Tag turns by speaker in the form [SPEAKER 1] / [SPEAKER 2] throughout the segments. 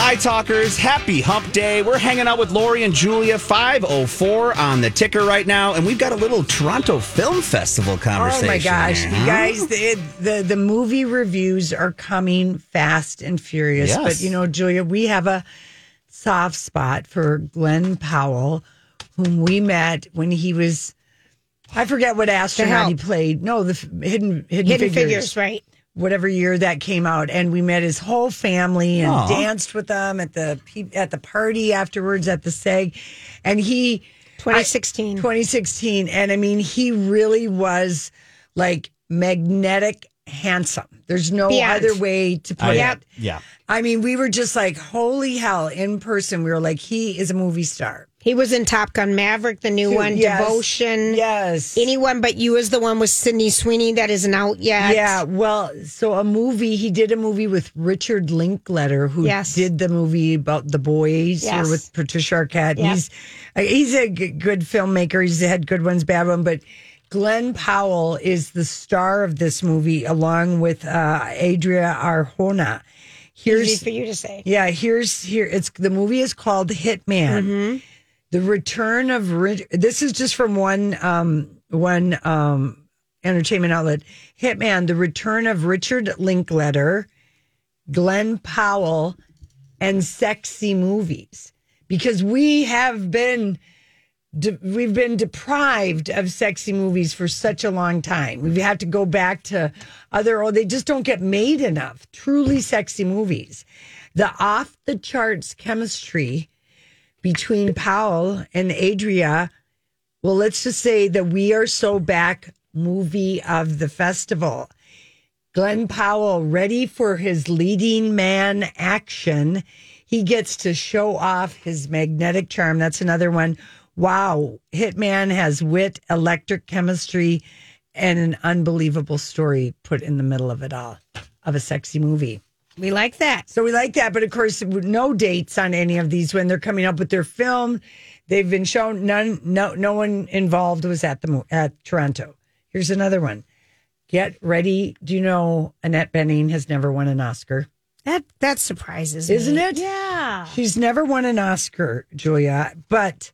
[SPEAKER 1] Hi, talkers. Happy hump day. We're hanging out with Lori and Julia, 504 on the ticker right now, and we've got a little Toronto Film Festival
[SPEAKER 2] Oh
[SPEAKER 1] conversation.
[SPEAKER 2] my gosh,
[SPEAKER 1] here,
[SPEAKER 2] you
[SPEAKER 1] huh?
[SPEAKER 2] guys! The, the the movie reviews are coming fast and furious.
[SPEAKER 1] Yes.
[SPEAKER 2] But you know, Julia, we have a soft spot for Glenn Powell, whom we met when he was. I forget what astronaut he
[SPEAKER 3] Help.
[SPEAKER 2] played. No, the f- hidden hidden,
[SPEAKER 3] Hidden
[SPEAKER 2] figures.
[SPEAKER 3] figures. right?
[SPEAKER 2] Whatever year that came out, and we met his whole family and
[SPEAKER 1] Aw.
[SPEAKER 2] danced with them at the pe- at the party afterwards at the SAG, and he
[SPEAKER 3] 2016.
[SPEAKER 2] 2016 and i mean he really was like magnetic handsome there's no
[SPEAKER 3] Beyond.
[SPEAKER 2] other way to put
[SPEAKER 1] I-
[SPEAKER 2] it
[SPEAKER 1] Yeah.
[SPEAKER 2] i mean we were just like holy hell in person we were like he is a movie star
[SPEAKER 3] he was in Top Gun Maverick, the new one,
[SPEAKER 2] Yes.
[SPEAKER 3] Devotion.
[SPEAKER 2] yes
[SPEAKER 3] Anyone but you is the one with Sydney Sweeney that isn't out yet.
[SPEAKER 2] yeah well so a movie he did a movie with richard linkletter who
[SPEAKER 3] Yes.
[SPEAKER 2] did the movie about the boys
[SPEAKER 3] Yes.
[SPEAKER 2] or with patricia arquette
[SPEAKER 3] Yep.
[SPEAKER 2] he's uh, he's a g- good filmmaker he's had good ones bad ones but glenn powell is the star of this movie along with uh, adria arjona
[SPEAKER 3] Easy
[SPEAKER 2] here's
[SPEAKER 3] for you to say.
[SPEAKER 2] yeah, here's here. It's the movie is called Hitman. The Return of Rich. This is just from one um one um entertainment outlet. Hitman: The Return of Richard Linkletter, Glenn Powell, and sexy movies. Because we have been. De- we've been deprived of sexy movies for such a long time. We've had to go back to other, or they just don't get made enough truly sexy movies the off the charts chemistry between Powell and Adria. Well, let's just say the We Are So Back movie of the festival. Glenn Powell ready for his leading man action. He gets to show off his magnetic charm. That's another one. Wow. Hitman has wit, electric chemistry, and an unbelievable story put in the middle of it all of a sexy movie.
[SPEAKER 3] We like that.
[SPEAKER 2] So we like that, but of course, no dates on any of these when they're coming up with their film. They've been shown none. No, no one involved was at the mo- at Toronto. Here's another one. Get ready. Do you know Annette Benning has never won an Oscar?
[SPEAKER 3] That that surprises
[SPEAKER 2] Isn't
[SPEAKER 3] me.
[SPEAKER 2] it?
[SPEAKER 3] Yeah.
[SPEAKER 2] She's never won an Oscar, Julia. But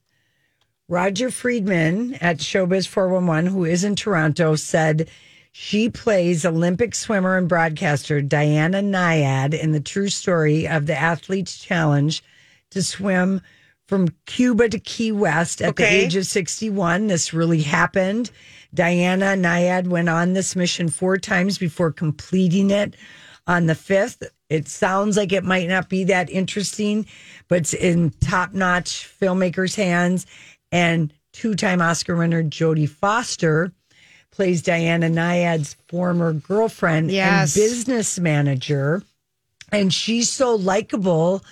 [SPEAKER 2] Roger Friedman at Showbiz 411, who is in Toronto, said she plays Olympic swimmer and broadcaster Diana Nyad in the true story of the Athletes Challenge to swim from Cuba to Key West at the
[SPEAKER 3] Okay.
[SPEAKER 2] age of 61. This really happened. Diana Nyad went on this mission four times before completing it on the 5th. It sounds like it might not be that interesting, but it's in top notch filmmakers' hands. And two time Oscar winner Jodie Foster plays Diana Nyad's former girlfriend
[SPEAKER 3] Yes.
[SPEAKER 2] and business manager. And she's so likable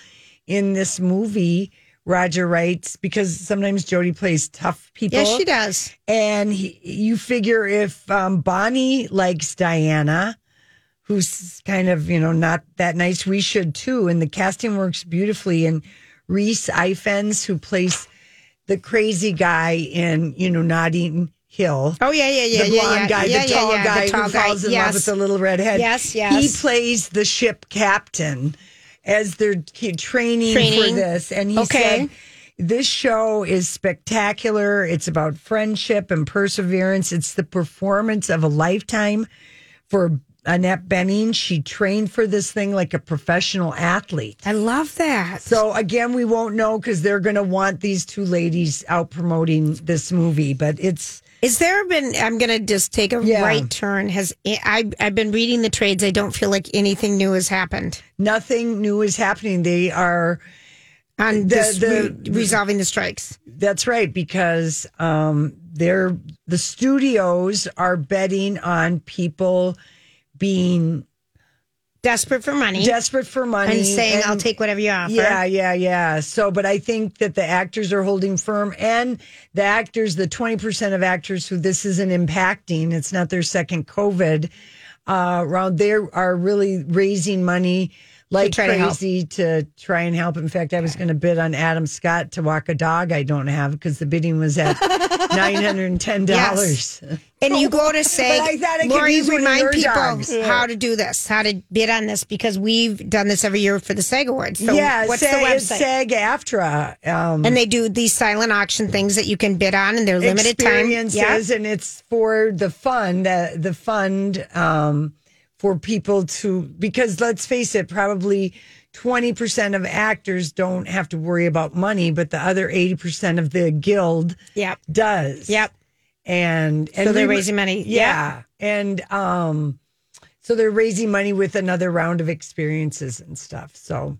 [SPEAKER 2] in this movie, Roger writes, because sometimes Jodie plays tough people.
[SPEAKER 3] Yes, she does.
[SPEAKER 2] And he, you figure if um, Bonnie likes Diana, who's kind of, you know, not that nice, we should too. And the casting works beautifully. And Reese Ifens, who plays the crazy guy in, you know, Notting Hill.
[SPEAKER 3] Oh yeah, yeah, yeah,
[SPEAKER 2] the
[SPEAKER 3] yeah,
[SPEAKER 2] blonde
[SPEAKER 3] yeah.
[SPEAKER 2] guy,
[SPEAKER 3] yeah,
[SPEAKER 2] the
[SPEAKER 3] yeah,
[SPEAKER 2] tall
[SPEAKER 3] yeah,
[SPEAKER 2] guy
[SPEAKER 3] the tall
[SPEAKER 2] who
[SPEAKER 3] guy.
[SPEAKER 2] falls in
[SPEAKER 3] yes.
[SPEAKER 2] love with the little redhead.
[SPEAKER 3] Yes,
[SPEAKER 2] He
[SPEAKER 3] yes.
[SPEAKER 2] plays the ship captain as they're ki- training, for
[SPEAKER 3] Training.
[SPEAKER 2] this. And he
[SPEAKER 3] Okay.
[SPEAKER 2] said, This show is spectacular. It's about friendship and perseverance. It's the performance of a lifetime for Annette Benning. She trained for this thing like a professional athlete.
[SPEAKER 3] I love that.
[SPEAKER 2] So again, we won't know because they're going to want these two ladies out promoting this movie. But it's
[SPEAKER 3] Is there been? I'm going to just take a
[SPEAKER 2] Yeah.
[SPEAKER 3] right turn. Has I? I've been reading the trades. I don't feel like anything new has happened
[SPEAKER 2] nothing new is happening. They are
[SPEAKER 3] on
[SPEAKER 2] The-
[SPEAKER 3] this
[SPEAKER 2] the-
[SPEAKER 3] re- resolving the strikes.
[SPEAKER 2] That's right, because um, they're the studios are betting on people being
[SPEAKER 3] Desperate for money
[SPEAKER 2] desperate for money
[SPEAKER 3] and saying, "I'll
[SPEAKER 2] and-
[SPEAKER 3] take whatever you offer."
[SPEAKER 2] Yeah, yeah, yeah. So, but I think that the actors are holding firm, and the actors, the twenty percent of actors who this isn't impacting, it's not their second COVID uh, round. They are really raising money like
[SPEAKER 3] try to help.
[SPEAKER 2] crazy to, try and help. In fact, I was going to bid on Adam Scott to walk a dog. I don't have because the bidding was at nine hundred and ten dollars.
[SPEAKER 3] And you go to say,
[SPEAKER 2] But I thought it could
[SPEAKER 3] Lori,
[SPEAKER 2] use one of
[SPEAKER 3] remind
[SPEAKER 2] your
[SPEAKER 3] people
[SPEAKER 2] dogs.
[SPEAKER 3] how to do this, how to bid on this, because we've done this every year for the SAG Awards. So
[SPEAKER 2] yeah,
[SPEAKER 3] what's
[SPEAKER 2] SAG,
[SPEAKER 3] the
[SPEAKER 2] it's
[SPEAKER 3] website?
[SPEAKER 2] SAG-AFTRA. Um,
[SPEAKER 3] and they do these silent auction things that you can bid on, and they're limited time.
[SPEAKER 2] experiences and it's for the fund the, the fund um, for people to because let's face it probably 20% of actors don't have to worry about money but the other 80% of the guild
[SPEAKER 3] Yep.
[SPEAKER 2] does
[SPEAKER 3] Yep.
[SPEAKER 2] and, and
[SPEAKER 3] they're
[SPEAKER 2] we were-
[SPEAKER 3] raising money.
[SPEAKER 2] yeah and um so they're raising money with another round of experiences and stuff so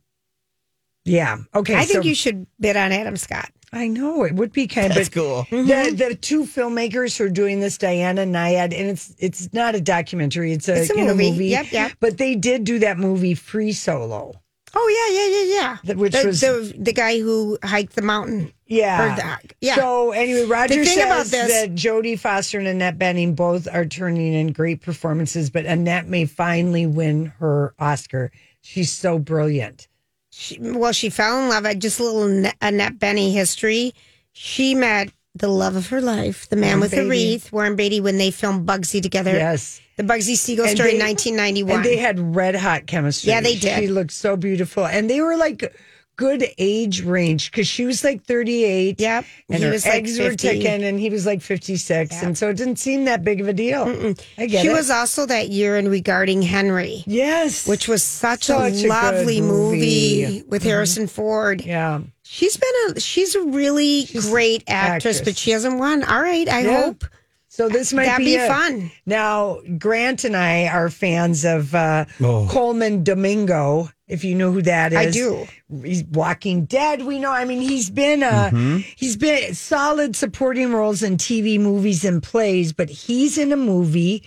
[SPEAKER 2] yeah okay
[SPEAKER 3] I think
[SPEAKER 2] so-
[SPEAKER 3] you should bid on Adam Scott.
[SPEAKER 2] I know it would be kind of
[SPEAKER 1] That's cool.
[SPEAKER 3] Mm-hmm.
[SPEAKER 2] The the two filmmakers who are doing this, Diana Nyad, and it's it's not a documentary; it's a,
[SPEAKER 3] It's a
[SPEAKER 2] you know,
[SPEAKER 3] movie.
[SPEAKER 2] movie.
[SPEAKER 3] Yep, yep.
[SPEAKER 2] But they did do that movie Free Solo.
[SPEAKER 3] Oh yeah, yeah, yeah, yeah.
[SPEAKER 2] That- which
[SPEAKER 3] the,
[SPEAKER 2] was-
[SPEAKER 3] the, the guy who hiked the mountain.
[SPEAKER 2] Yeah.
[SPEAKER 3] Or the- yeah.
[SPEAKER 2] So anyway, Roger
[SPEAKER 3] thing
[SPEAKER 2] says
[SPEAKER 3] about this-
[SPEAKER 2] that Jodie Foster and Annette Benning both are turning in great performances, but Annette may finally win her Oscar. She's so brilliant.
[SPEAKER 3] She, well, she fell in love. I just a little Ne- Annette Benny history. She met the love of her life, the man with the
[SPEAKER 2] Beatty.
[SPEAKER 3] wreath, Warren Beatty, when they filmed Bugsy together.
[SPEAKER 2] Yes.
[SPEAKER 3] The Bugsy Siegel
[SPEAKER 2] And
[SPEAKER 3] story in
[SPEAKER 2] they-
[SPEAKER 3] 1991.
[SPEAKER 2] And they had red hot chemistry.
[SPEAKER 3] Yeah, they did.
[SPEAKER 2] She looked so beautiful. And they were like good age range because she was like 38.
[SPEAKER 3] Yep.
[SPEAKER 2] And
[SPEAKER 3] He
[SPEAKER 2] her
[SPEAKER 3] was, like,
[SPEAKER 2] eggs were
[SPEAKER 3] 50.
[SPEAKER 2] ticking and he was like 56. And so it didn't seem that big of a deal. I get
[SPEAKER 3] she
[SPEAKER 2] it.
[SPEAKER 3] was also that year in Regarding Henry,
[SPEAKER 2] yes.
[SPEAKER 3] which was such,
[SPEAKER 2] Such
[SPEAKER 3] a
[SPEAKER 2] a
[SPEAKER 3] lovely
[SPEAKER 2] good
[SPEAKER 3] movie.
[SPEAKER 2] movie. Mm-hmm.
[SPEAKER 3] with Harrison Ford.
[SPEAKER 2] Yeah.
[SPEAKER 3] She's been a she's a really great actress,
[SPEAKER 2] actress.
[SPEAKER 3] but she hasn't won. All right, I
[SPEAKER 2] Yeah.
[SPEAKER 3] hope
[SPEAKER 2] So this might
[SPEAKER 3] that'd be
[SPEAKER 2] it.
[SPEAKER 3] fun.
[SPEAKER 2] Now, Grant and I are fans of uh,
[SPEAKER 1] Oh.
[SPEAKER 2] Coleman Domingo. If you know who that is,
[SPEAKER 3] I do.
[SPEAKER 2] He's Walking Dead. We know. I mean, he's been uh, he's been solid supporting roles in TV, movies, and plays. But he's in a movie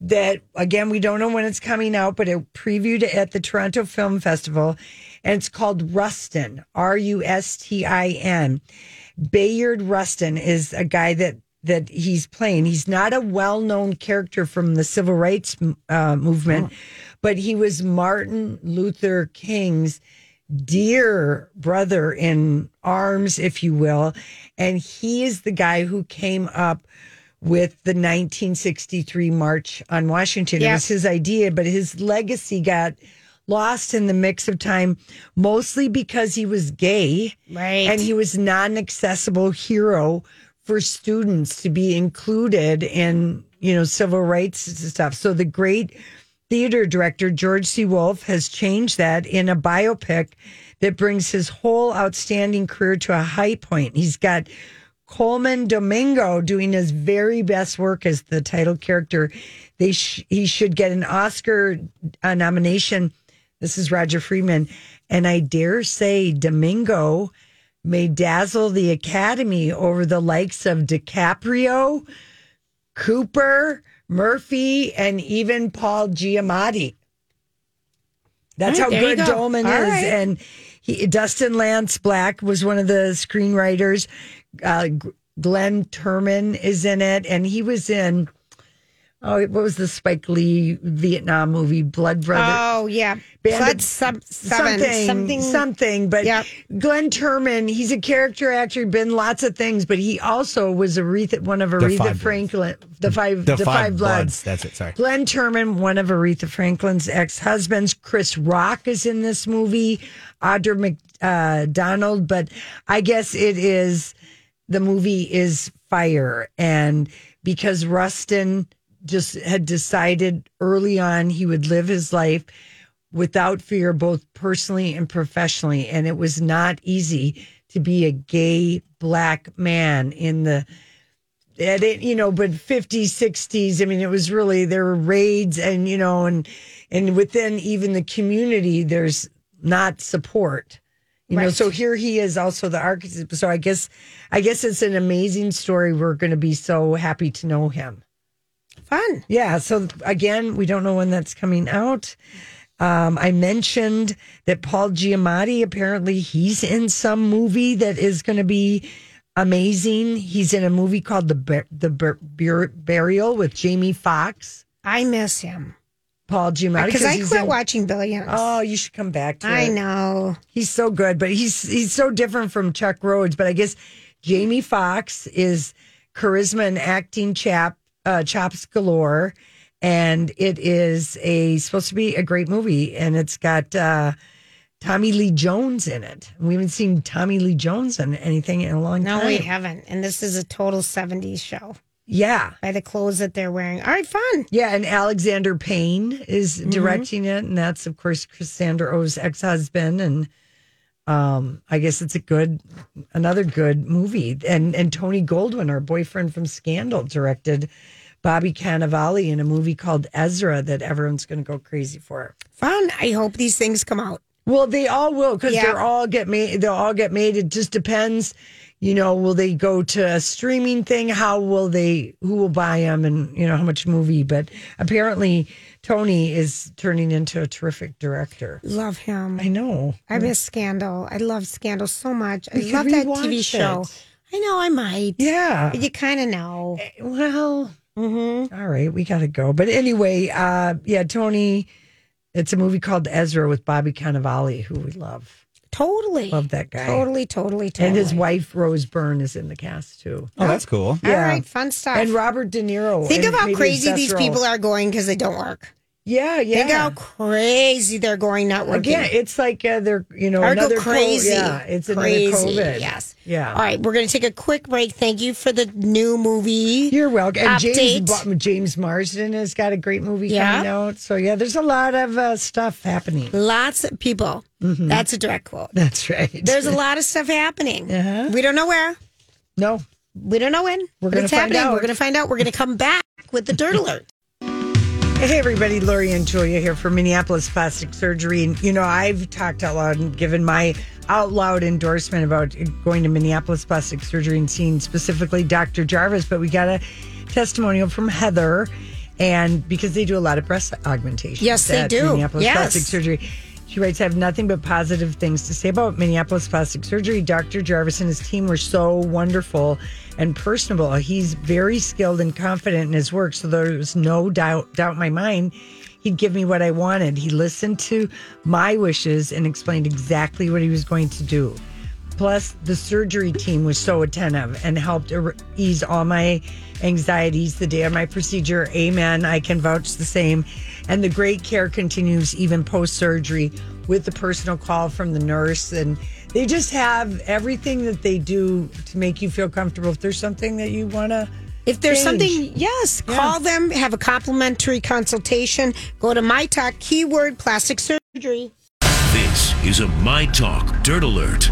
[SPEAKER 2] that again we don't know when it's coming out, but it previewed at the Toronto Film Festival, and it's called Rustin. R U S T I N. Bayard Rustin is a guy that that he's playing. He's not a well-known character from the civil rights uh, movement, but he was Martin Luther King's dear brother in arms, if you will, and he is the guy who came up with the 1963 March on Washington.
[SPEAKER 3] Yeah.
[SPEAKER 2] It was his idea, but his legacy got lost in the mix of time, mostly because he was gay.
[SPEAKER 3] Right.
[SPEAKER 2] And he was a non-accessible hero for students to be included in, you know, civil rights and stuff. So the great theater director George C. Wolfe has changed that in a biopic that brings his whole outstanding career to a high point. He's got Coleman Domingo doing his very best work as the title character. They sh- he should get an Oscar uh, nomination. This is Roger Freeman, and I dare say Domingo may dazzle the Academy over the likes of DiCaprio, Cooper, Murphy, and even Paul Giamatti. That's
[SPEAKER 3] All
[SPEAKER 2] how
[SPEAKER 3] right, there you
[SPEAKER 2] good
[SPEAKER 3] go.
[SPEAKER 2] Dolman
[SPEAKER 3] All
[SPEAKER 2] is.
[SPEAKER 3] right.
[SPEAKER 2] And he, Dustin Lance Black was one of the screenwriters. Uh, G- Glenn Turman is in it, and he was in. Oh, what was the Spike Lee Vietnam movie, Blood Brother?
[SPEAKER 3] Oh yeah,
[SPEAKER 2] Bandit-
[SPEAKER 3] Blood sub, seven,
[SPEAKER 2] something,
[SPEAKER 3] something,
[SPEAKER 2] something, But
[SPEAKER 3] Yep.
[SPEAKER 2] Glenn Turman, he's a character actor, been lots of things, but he also was Aretha, one of
[SPEAKER 1] Five
[SPEAKER 2] Aretha
[SPEAKER 1] Bloods.
[SPEAKER 2] Franklin, the five, the, five, bloods.
[SPEAKER 1] That's it. Sorry.
[SPEAKER 2] Glenn Turman, one of Aretha Franklin's ex-husbands. Chris Rock is in this movie. Audra McDonald, but I guess it is the movie is fire, and because Rustin just had decided early on he would live his life without fear, both personally and professionally. And it was not easy to be a gay black man in the at it, you know, but 50s, 60s. I mean, it was really there were raids and you know, and and within even the community, there's not support. You know,
[SPEAKER 3] Right.
[SPEAKER 2] so here he is also the architect. So I guess I guess it's an amazing story. We're gonna be so happy to know him.
[SPEAKER 3] Fun.
[SPEAKER 2] Yeah. So again, we don't know when that's coming out. Um, I mentioned that Paul Giamatti apparently he's in some movie that is going to be amazing. He's in a movie called The Bur- The Bur- Bur- Burial with Jamie Foxx.
[SPEAKER 3] I miss him
[SPEAKER 2] Paul Giamatti
[SPEAKER 3] because I
[SPEAKER 2] he's
[SPEAKER 3] quit
[SPEAKER 2] in-
[SPEAKER 3] watching Billions.
[SPEAKER 2] Oh, you should come back to
[SPEAKER 3] I
[SPEAKER 2] it.
[SPEAKER 3] know.
[SPEAKER 2] He's so good, but he's he's so different from Chuck Rhodes. But I guess Jamie Foxx is charisma and acting chap uh, chops galore, and it is a supposed to be a great movie, and it's got uh, Tommy Lee Jones in it. We haven't seen Tommy Lee Jones in anything in a long
[SPEAKER 3] No,
[SPEAKER 2] time.
[SPEAKER 3] we haven't. And this is a total 70s show
[SPEAKER 2] Yeah,
[SPEAKER 3] by the clothes that they're wearing. All right, fun.
[SPEAKER 2] yeah, and Alexander Payne is directing it, and that's of course Cassandra O's ex husband and. um, I guess it's a good, another good movie. And and Tony Goldwyn, our boyfriend from Scandal, directed Bobby Cannavale in a movie called Ezra that everyone's going to go crazy for.
[SPEAKER 3] Fun. I hope these things come out.
[SPEAKER 2] Well, they all will because
[SPEAKER 3] Yeah.
[SPEAKER 2] they're all get made. They'll all get made. It just depends, you know. Will they go to a streaming thing? How will they? Who will buy them? And you know how much movie? But apparently, Tony is turning into a terrific director.
[SPEAKER 3] Love him.
[SPEAKER 2] I know.
[SPEAKER 3] I miss Scandal. I love Scandal so much. I
[SPEAKER 2] We could
[SPEAKER 3] love that TV
[SPEAKER 2] rewatch
[SPEAKER 3] show.
[SPEAKER 2] it.
[SPEAKER 3] I know I might.
[SPEAKER 2] Yeah.
[SPEAKER 3] You kind of know.
[SPEAKER 2] Well,
[SPEAKER 3] Mm-hmm.
[SPEAKER 2] All right, we got to go. But anyway, uh, yeah, Tony, it's a movie called Ezra with Bobby Cannavale, who we love.
[SPEAKER 3] Totally.
[SPEAKER 2] Love that guy.
[SPEAKER 3] Totally, totally, totally.
[SPEAKER 2] And his wife, Rose Byrne, is in the cast too.
[SPEAKER 1] Oh, that's cool.
[SPEAKER 3] All
[SPEAKER 2] yeah.
[SPEAKER 3] right, fun stuff.
[SPEAKER 2] And Robert De Niro.
[SPEAKER 3] Think
[SPEAKER 2] and
[SPEAKER 3] of how
[SPEAKER 2] maybe his
[SPEAKER 3] crazy
[SPEAKER 2] best
[SPEAKER 3] these
[SPEAKER 2] role.
[SPEAKER 3] people are going because they don't work.
[SPEAKER 2] Yeah, yeah.
[SPEAKER 3] Think how crazy they're going not working.
[SPEAKER 2] Again, it's like uh, they're, you know,
[SPEAKER 3] Or go
[SPEAKER 2] another co-
[SPEAKER 3] crazy.
[SPEAKER 2] yeah, it's another
[SPEAKER 3] crazy.
[SPEAKER 2] COVID.
[SPEAKER 3] Yes.
[SPEAKER 2] Yeah.
[SPEAKER 3] All right, we're going to take a quick break. Thank you for the new movie.
[SPEAKER 2] You're welcome. And James,
[SPEAKER 3] Update.
[SPEAKER 2] Ba- James Marsden has got a great movie
[SPEAKER 3] Yeah.
[SPEAKER 2] coming out. So, yeah, there's a lot of uh, stuff happening.
[SPEAKER 3] Lots of people.
[SPEAKER 2] Mm-hmm.
[SPEAKER 3] That's a direct quote.
[SPEAKER 2] That's right.
[SPEAKER 3] There's a lot of stuff happening.
[SPEAKER 2] Uh-huh.
[SPEAKER 3] We don't know where.
[SPEAKER 2] no.
[SPEAKER 3] We don't know when.
[SPEAKER 2] We're
[SPEAKER 3] but
[SPEAKER 2] gonna
[SPEAKER 3] it's
[SPEAKER 2] find
[SPEAKER 3] happening.
[SPEAKER 2] out.
[SPEAKER 3] We're going to find out. We're going to come back with the dirt alert.
[SPEAKER 2] Hey everybody, Lori and Julia here from Minneapolis Plastic Surgery. And you know, I've talked out loud and given my out loud endorsement about going to Minneapolis Plastic Surgery and seeing specifically Dr. Jarvis, but we got a testimonial from Heather and because they do a lot of breast augmentation.
[SPEAKER 3] Yes, they do.
[SPEAKER 2] Minneapolis
[SPEAKER 3] Yes.
[SPEAKER 2] Plastic Surgery. She writes, I have nothing but positive things to say about Minneapolis Plastic Surgery. Dr. Jarvis and his team were so wonderful and personable. He's very skilled and confident in his work, so there was no doubt, doubt in my mind he'd give me what I wanted. He listened to my wishes and explained exactly what he was going to do. Plus, the surgery team was so attentive and helped er- ease all my anxieties the day of my procedure. Amen. I can vouch the same. And the great care continues even post surgery with the personal call from the nurse. And they just have everything that they do to make you feel comfortable. If there's something that you want to,
[SPEAKER 3] If there's
[SPEAKER 2] Change.
[SPEAKER 3] something, yes, call them, have a complimentary consultation. Go to my talk, keyword plastic surgery.
[SPEAKER 4] This is a My Talk Dirt Alert.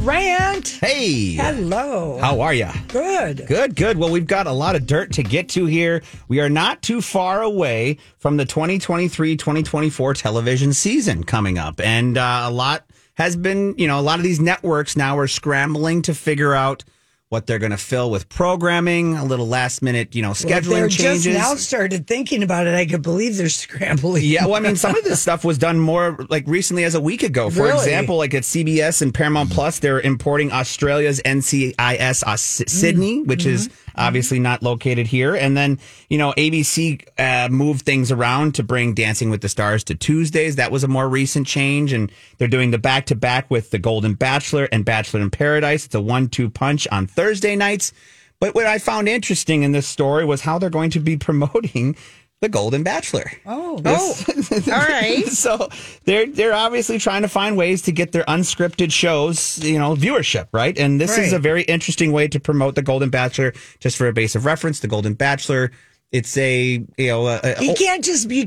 [SPEAKER 2] rant.
[SPEAKER 1] Hey.
[SPEAKER 2] Hello.
[SPEAKER 1] How are you?
[SPEAKER 2] Good.
[SPEAKER 1] Good, good. Well, we've got a lot of dirt to get to here. We are not too far away from the 2023 2024 television season coming up. And uh, a lot has been, you know, a lot of these networks now are scrambling to figure out what they're going to fill with programming, a little last minute, you know, scheduling
[SPEAKER 2] They're
[SPEAKER 1] changes.
[SPEAKER 2] just now started thinking about it. I could believe they're scrambling.
[SPEAKER 1] Yeah, well, I mean, some of this stuff was done more like recently as a week ago. For
[SPEAKER 2] Really?
[SPEAKER 1] example, like at CBS and
[SPEAKER 3] Mm-hmm.
[SPEAKER 1] Paramount Plus, they're importing Australia's NCIS uh, S-
[SPEAKER 3] Mm-hmm.
[SPEAKER 1] Sydney, which is obviously not located here. And then, you know, ABC uh, moved things around to bring Dancing with the Stars to Tuesdays. That was a more recent change. And they're doing the back to back with The Golden Bachelor and Bachelor in Paradise. It's a one two punch on Thursday nights. But what I found interesting in this story was how they're going to be promoting The Golden Bachelor.
[SPEAKER 2] Oh,
[SPEAKER 3] Oh, all right.
[SPEAKER 1] so they're they're obviously trying to find ways to get their unscripted shows, you know, viewership, right? And this is
[SPEAKER 2] Right.
[SPEAKER 1] a very interesting way to promote the Golden Bachelor. Just for a base of reference, the Golden Bachelor, it's a you know a, a-
[SPEAKER 2] he can't just be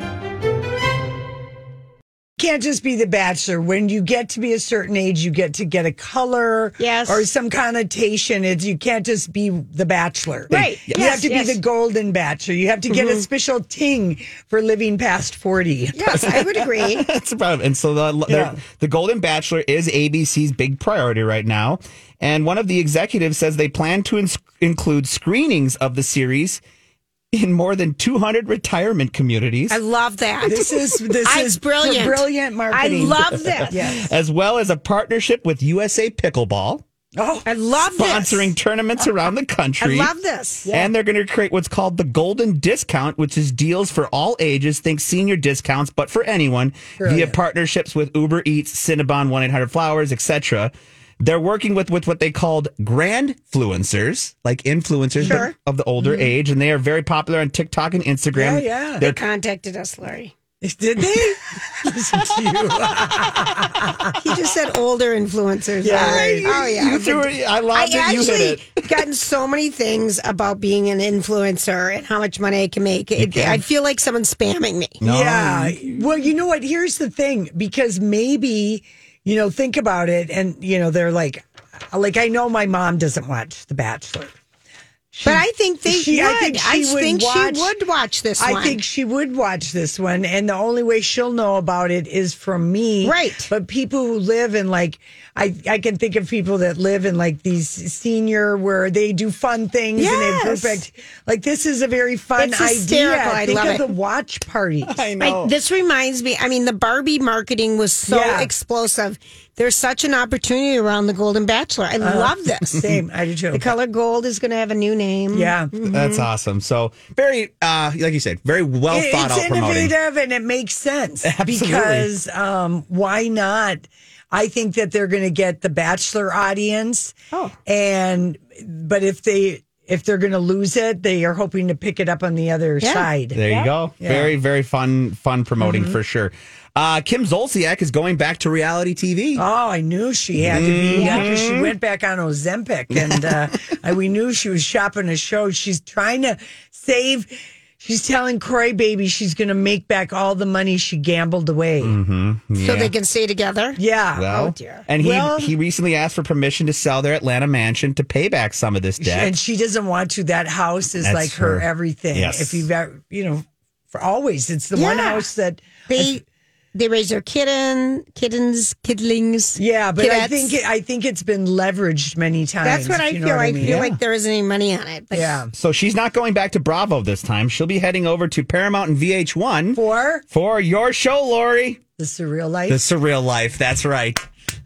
[SPEAKER 2] can't just be the bachelor. When you get to be a certain age, you get to get a color
[SPEAKER 3] Yes.
[SPEAKER 2] or some connotation. It's you can't just be the bachelor.
[SPEAKER 3] Right.
[SPEAKER 2] You
[SPEAKER 3] Yes,
[SPEAKER 2] have to
[SPEAKER 3] yes. Mm-hmm.
[SPEAKER 2] be the golden bachelor. You have to get a special ting for living past 40.
[SPEAKER 3] Yes, I would agree.
[SPEAKER 1] That's about it. And so the
[SPEAKER 2] Yeah.
[SPEAKER 1] the Golden Bachelor is ABC's big priority right now. And one of the executives says they plan to ins- include screenings of the series in more than 200 retirement communities,
[SPEAKER 3] I love that.
[SPEAKER 2] This is this
[SPEAKER 3] I-
[SPEAKER 2] is
[SPEAKER 3] brilliant.
[SPEAKER 2] brilliant marketing.
[SPEAKER 3] I love this.
[SPEAKER 2] Yes.
[SPEAKER 1] as well as a partnership with USA Pickleball,
[SPEAKER 2] Oh,
[SPEAKER 3] I love this.
[SPEAKER 1] sponsoring tournaments around the
[SPEAKER 3] I
[SPEAKER 1] country.
[SPEAKER 3] love this.
[SPEAKER 1] And they're going to create what's called the golden discount, which is deals for all ages. Think senior discounts, but for anyone via partnerships with Uber Eats, Cinnabon, One Eight Hundred Flowers, etc. They're working with with what they called grand fluencers, like influencers but
[SPEAKER 3] Sure. Mm-hmm.
[SPEAKER 1] of the older age, and they are very popular on TikTok and Instagram.
[SPEAKER 2] Yeah, yeah.
[SPEAKER 1] They're
[SPEAKER 3] Contacted us, Larry.
[SPEAKER 2] did they? Listen to you.
[SPEAKER 3] He just said older influencers.
[SPEAKER 2] Yeah,
[SPEAKER 3] All right.
[SPEAKER 2] right.
[SPEAKER 3] Oh, yeah.
[SPEAKER 1] You threw it- I love
[SPEAKER 3] I
[SPEAKER 1] that you hit
[SPEAKER 3] actually gotten so many things about being an influencer and how much money I can make. It, I feel like someone's spamming me.
[SPEAKER 2] Yeah. Well, you know what? Here's the thing because maybe, you know, think about it and, you know, they're like, like, I know my mom doesn't watch The Bachelor.
[SPEAKER 3] But I think they
[SPEAKER 2] She-
[SPEAKER 3] would.
[SPEAKER 2] I
[SPEAKER 3] I
[SPEAKER 2] think
[SPEAKER 3] think,
[SPEAKER 2] she would watch-
[SPEAKER 3] she would watch this
[SPEAKER 2] I
[SPEAKER 3] one.
[SPEAKER 2] think she would watch this one. And the only way she'll know about it is from me.
[SPEAKER 3] Right.
[SPEAKER 2] But people who live in like, I, I can think of people that live in like these senior where they do fun things and they're
[SPEAKER 3] Yes.
[SPEAKER 2] perfect. Like, this is a very fun
[SPEAKER 3] It's
[SPEAKER 2] idea.
[SPEAKER 3] hysterical. I
[SPEAKER 2] think
[SPEAKER 3] love
[SPEAKER 2] of
[SPEAKER 3] it.
[SPEAKER 2] the watch parties.
[SPEAKER 1] I
[SPEAKER 3] I,
[SPEAKER 1] know.
[SPEAKER 3] this reminds me. I mean, the Barbie marketing was so
[SPEAKER 2] Yeah.
[SPEAKER 3] explosive. There's such an opportunity around the Golden Bachelor. I love this.
[SPEAKER 2] Same. Mm, I do too.
[SPEAKER 3] The color gold is going to have a new name.
[SPEAKER 2] yeah.
[SPEAKER 1] That's awesome. So very, uh, like you said, very well
[SPEAKER 2] It-
[SPEAKER 1] thought
[SPEAKER 2] it's
[SPEAKER 1] out promoting.
[SPEAKER 2] innovative and it makes sense
[SPEAKER 1] Absolutely.
[SPEAKER 2] because um, why not i think that they're going to get the bachelor audience oh. and but if they if they're going to lose it they are hoping to pick it up on the other
[SPEAKER 3] Yeah.
[SPEAKER 2] side
[SPEAKER 1] There you go. Very, very fun, fun promoting for sure. Uh, Kim Zolciak is going back to reality TV.
[SPEAKER 2] Oh, I knew she had to
[SPEAKER 3] Mm-hmm.
[SPEAKER 2] be because she went back on Ozempic, and uh, I, we knew she was shopping a show. She's trying to save. She's telling Corey, baby, she's going to make back all the money she gambled away.
[SPEAKER 3] Mm-hmm. So they can stay together.
[SPEAKER 2] Yeah.
[SPEAKER 1] Well,
[SPEAKER 3] dear.
[SPEAKER 1] and he
[SPEAKER 2] Well-
[SPEAKER 1] he recently asked for permission to sell their Atlanta mansion to pay back some of this debt.
[SPEAKER 2] and she doesn't want to. That house is
[SPEAKER 1] That's
[SPEAKER 2] like her,
[SPEAKER 1] her-
[SPEAKER 2] everything.
[SPEAKER 1] yes.
[SPEAKER 2] If you've ever, you know, for always, it's the one
[SPEAKER 3] Yeah.
[SPEAKER 2] house that
[SPEAKER 3] They they raise their kitten, kittens, kidlings.
[SPEAKER 2] Yeah, but I
[SPEAKER 3] kidettes.
[SPEAKER 2] think it, I think it's been leveraged many times.
[SPEAKER 3] that's what
[SPEAKER 2] if
[SPEAKER 3] I
[SPEAKER 2] you know
[SPEAKER 3] feel. I,
[SPEAKER 2] mean.
[SPEAKER 3] feel like there isn't any money on it. But
[SPEAKER 2] yeah.
[SPEAKER 1] so she's not going back to Bravo this time. She'll be heading over to Paramount and VH1 for,
[SPEAKER 2] For
[SPEAKER 1] your show, Lori.
[SPEAKER 2] the surreal life,
[SPEAKER 1] The Surreal Life. That's right.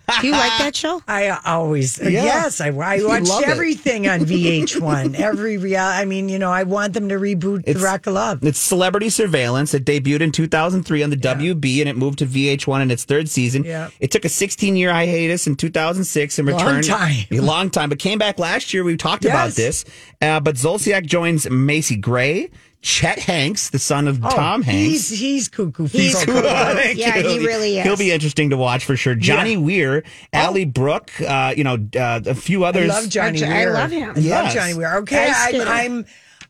[SPEAKER 3] do you like that show?
[SPEAKER 2] I always uh, yes, I, I
[SPEAKER 1] You
[SPEAKER 2] watched
[SPEAKER 1] love it.
[SPEAKER 2] everything on VH1. every real, I mean, you know, I want them to reboot
[SPEAKER 1] It's-
[SPEAKER 2] the Rock of Love.
[SPEAKER 1] It's Celebrity Surveillance. It debuted in 2003 on the WB and it moved to VH1 in its third season.
[SPEAKER 2] Yeah.
[SPEAKER 1] It took a 16 year hiatus in 2006 and
[SPEAKER 2] Long
[SPEAKER 1] returned
[SPEAKER 2] time.
[SPEAKER 1] a long time, but came back last year. We talked about
[SPEAKER 2] Yes.
[SPEAKER 1] this. Uh, but Zolciak joins Macy Gray, Chet Hanks, the son of
[SPEAKER 2] Oh,
[SPEAKER 1] Tom Hanks.
[SPEAKER 2] he's he's cuckoo. for
[SPEAKER 3] He's
[SPEAKER 2] Cocoa
[SPEAKER 3] cuckoo.
[SPEAKER 2] Puffs.
[SPEAKER 1] Thank
[SPEAKER 3] Yeah,
[SPEAKER 1] you.
[SPEAKER 3] he really is.
[SPEAKER 1] He'll be interesting to watch for sure. Johnny Weir, Ali Brooke, uh, you know, uh, a few
[SPEAKER 2] Oh. I
[SPEAKER 1] others.
[SPEAKER 2] love Johnny
[SPEAKER 3] I
[SPEAKER 2] Weir.
[SPEAKER 3] love him.
[SPEAKER 2] I love
[SPEAKER 1] Yes.
[SPEAKER 2] Johnny Weir. Okay,
[SPEAKER 3] Ice
[SPEAKER 2] I'm,
[SPEAKER 3] skater.
[SPEAKER 2] I'm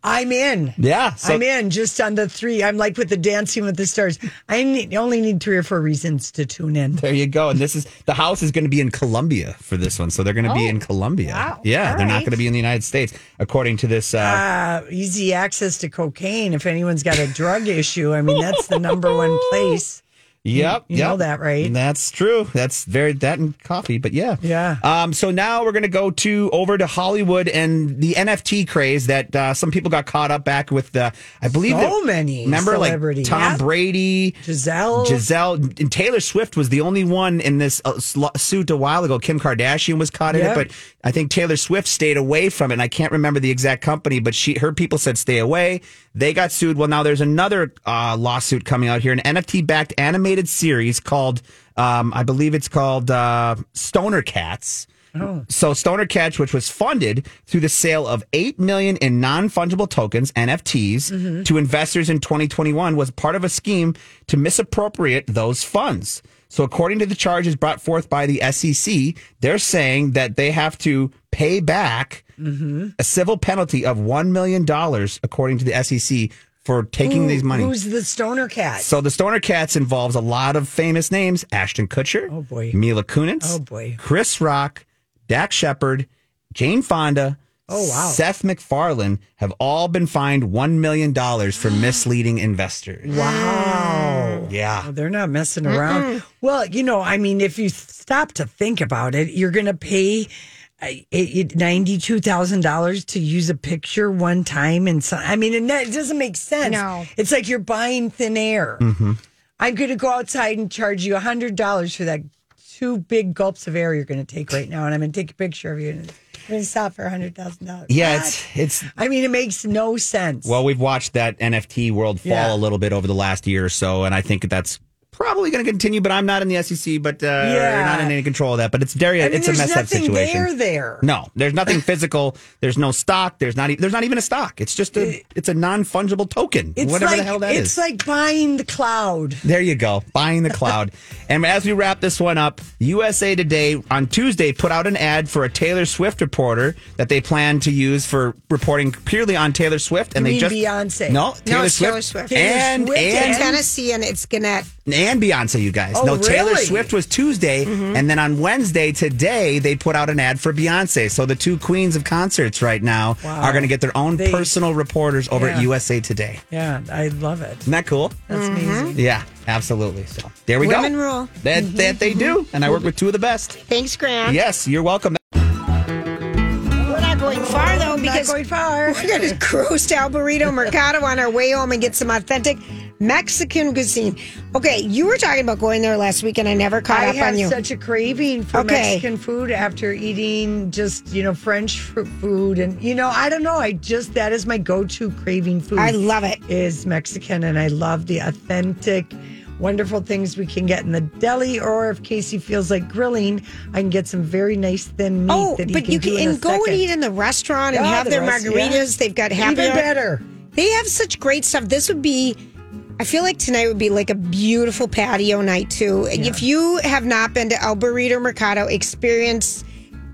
[SPEAKER 2] I'm in.
[SPEAKER 1] Yeah, so-
[SPEAKER 2] I'm in just on the three. I'm like with the dancing with the stars. I need, only need three or four reasons to tune in.
[SPEAKER 1] There you go. And this is the house is going to be in Colombia for this one. So they're going to
[SPEAKER 2] Oh,
[SPEAKER 1] be in Colombia. Yeah, they're not going to be in the United States, according to this. Uh,
[SPEAKER 2] Uh, easy access to cocaine. If anyone's got a drug issue, I mean, that's the number one place.
[SPEAKER 1] yep,
[SPEAKER 2] you
[SPEAKER 1] yep.
[SPEAKER 2] know that, right?
[SPEAKER 1] That's true. That's very that and coffee, but yeah,
[SPEAKER 2] Yeah.
[SPEAKER 1] Um, so now we're going to go to over to Hollywood and the NFT craze that uh, some people got caught up back with the. I believe
[SPEAKER 2] So
[SPEAKER 1] that-
[SPEAKER 2] many
[SPEAKER 1] Remember,
[SPEAKER 2] celebrities.
[SPEAKER 1] like Tom
[SPEAKER 2] Yeah.
[SPEAKER 1] Brady,
[SPEAKER 2] Giselle.
[SPEAKER 1] Giselle and Taylor Swift was the only one in this uh, sl- suit a while ago. Kim Kardashian was caught in
[SPEAKER 2] Yeah.
[SPEAKER 1] it, but I think Taylor Swift stayed away from it. And I can't remember the exact company, but she her people said stay away. They got sued. Well, now there's another uh, lawsuit coming out here, an NFT backed animated series called um, I believe it's called uh, Stoner Cats. So Stoner Catch, which was funded through the sale of 8 million in non-fungible tokens, NFTs,
[SPEAKER 2] Mm-hmm.
[SPEAKER 1] to investors in 2021 was part of a scheme to misappropriate those funds. So according to the charges brought forth by the SEC, they're saying that they have to pay back
[SPEAKER 2] Mm-hmm.
[SPEAKER 1] a civil penalty of $1 million, according to the SEC, for taking
[SPEAKER 2] Who-
[SPEAKER 1] these money.
[SPEAKER 2] Who's the stoner cat?
[SPEAKER 1] So the Stoner Cats involves a lot of famous names: Ashton Kutcher,
[SPEAKER 2] Oh, boy.
[SPEAKER 1] Mila Kunis,
[SPEAKER 2] Oh, boy.
[SPEAKER 1] Chris Rock, Dak Shepard, Jane Fonda.
[SPEAKER 2] Oh, wow.
[SPEAKER 1] Seth MacFarlane have all been fined one million dollars for misleading investors.
[SPEAKER 2] Wow.
[SPEAKER 1] Yeah,
[SPEAKER 2] They're not messing around. Well, you know, I mean, if you stop to think about it, you're going to pay uh, it- $92,000 to use a picture one time. And so, I mean, and that it doesn't make sense.
[SPEAKER 3] No.
[SPEAKER 2] It's like you're buying thin air.
[SPEAKER 1] Mm-hmm.
[SPEAKER 2] I'm going to go outside and charge you $100 for that two big gulps of air you're going to take right now. And I'm going to take a picture of you. And we're going to stop for $100,000.
[SPEAKER 1] yeah. It's it's
[SPEAKER 2] I mean, it makes no sense.
[SPEAKER 1] well, we've watched that NFT world fall
[SPEAKER 2] Yeah.
[SPEAKER 1] a little bit over the last year or so, and I think that's probably going to continue. But I'm not in the SEC, but uh,
[SPEAKER 2] Yeah.
[SPEAKER 1] you're not in any control of that. But it's very
[SPEAKER 2] I mean,
[SPEAKER 1] it's a
[SPEAKER 2] there's
[SPEAKER 1] messed up
[SPEAKER 2] nothing
[SPEAKER 1] situation.
[SPEAKER 2] there there.
[SPEAKER 1] No, there's nothing physical. There's no stock. There's not. E- there's not even a stock. It's just a. It's a non fungible token.
[SPEAKER 2] It's
[SPEAKER 1] whatever
[SPEAKER 2] like,
[SPEAKER 1] the hell that is.
[SPEAKER 2] it's like buying the cloud.
[SPEAKER 1] there you go. Buying the cloud. and as we wrap this one up, USA Today on Tuesday put out an ad for a Taylor Swift reporter that they plan to use for reporting purely on Taylor Swift. And
[SPEAKER 2] You
[SPEAKER 1] they
[SPEAKER 2] mean
[SPEAKER 1] just
[SPEAKER 2] Beyonce?
[SPEAKER 1] No, Taylor
[SPEAKER 3] it's
[SPEAKER 1] Swift.
[SPEAKER 3] Taylor Swift.
[SPEAKER 1] And
[SPEAKER 2] Taylor Swift
[SPEAKER 3] In
[SPEAKER 1] and,
[SPEAKER 3] Tennessee, and it's Gannett.
[SPEAKER 1] and Beyonce, you guys.
[SPEAKER 2] Oh,
[SPEAKER 1] no, Taylor
[SPEAKER 2] really? Mm-hmm.
[SPEAKER 1] Swift was Tuesday, and then on Wednesday today they put out an ad for Beyonce. So the two queens of concerts right now are going to get their own
[SPEAKER 2] They-
[SPEAKER 1] personal reporters over
[SPEAKER 2] Yeah.
[SPEAKER 1] at USA Today.
[SPEAKER 2] Yeah, I love it.
[SPEAKER 1] Isn't that cool?
[SPEAKER 2] That's amazing.
[SPEAKER 1] Yeah, absolutely. So there we
[SPEAKER 3] Women
[SPEAKER 1] go.
[SPEAKER 3] rule.
[SPEAKER 1] That that they do, and I work with two of the best.
[SPEAKER 3] Thanks, Graham.
[SPEAKER 1] Yes, you're welcome.
[SPEAKER 3] We're not going far though because
[SPEAKER 2] going far.
[SPEAKER 3] we're going to cruise to El Burrito Mercado on our way home and get some authentic Mexican cuisine. Okay, you were talking about going there last week, and I never caught
[SPEAKER 2] I
[SPEAKER 3] up on
[SPEAKER 2] have
[SPEAKER 3] you.
[SPEAKER 2] such a craving for
[SPEAKER 3] Okay.
[SPEAKER 2] Mexican food after eating just you know French fr- food, and you know I don't know. I just that is my go-to craving food.
[SPEAKER 3] I love it.
[SPEAKER 2] Is Mexican, and I love the authentic. Wonderful things we can get in the deli, or if Casey feels like grilling, I can get some very nice thin meat
[SPEAKER 3] Oh,
[SPEAKER 2] that he
[SPEAKER 3] but
[SPEAKER 2] can
[SPEAKER 3] you
[SPEAKER 2] do
[SPEAKER 3] can
[SPEAKER 2] in a
[SPEAKER 3] and go
[SPEAKER 2] second.
[SPEAKER 3] and eat in the restaurant and
[SPEAKER 2] Yeah,
[SPEAKER 3] have
[SPEAKER 2] the
[SPEAKER 3] their
[SPEAKER 2] rest- yeah.
[SPEAKER 3] margaritas. They've got happy
[SPEAKER 2] Even
[SPEAKER 3] hour.
[SPEAKER 2] better.
[SPEAKER 3] They have such great stuff. This would be, I feel like tonight would be like a beautiful patio night too. If you have not been to El Burrito Mercado, experience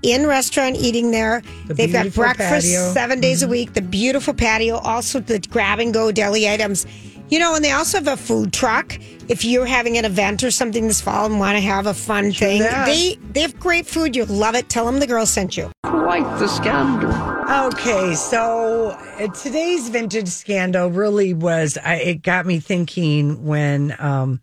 [SPEAKER 3] in restaurant eating there.
[SPEAKER 2] The
[SPEAKER 3] They've got
[SPEAKER 2] beautiful
[SPEAKER 3] breakfast
[SPEAKER 2] patio.
[SPEAKER 3] seven days a week, the beautiful patio, also the grab and go deli items. You know, and they also have a food truck. If you're having an event or something this fall and want to have a fun thing,
[SPEAKER 2] that.
[SPEAKER 3] they they have great food. You'll love it. Tell them the girl sent you.
[SPEAKER 2] Okay, so uh, today's vintage scandal really was, I, it got me thinking when, um,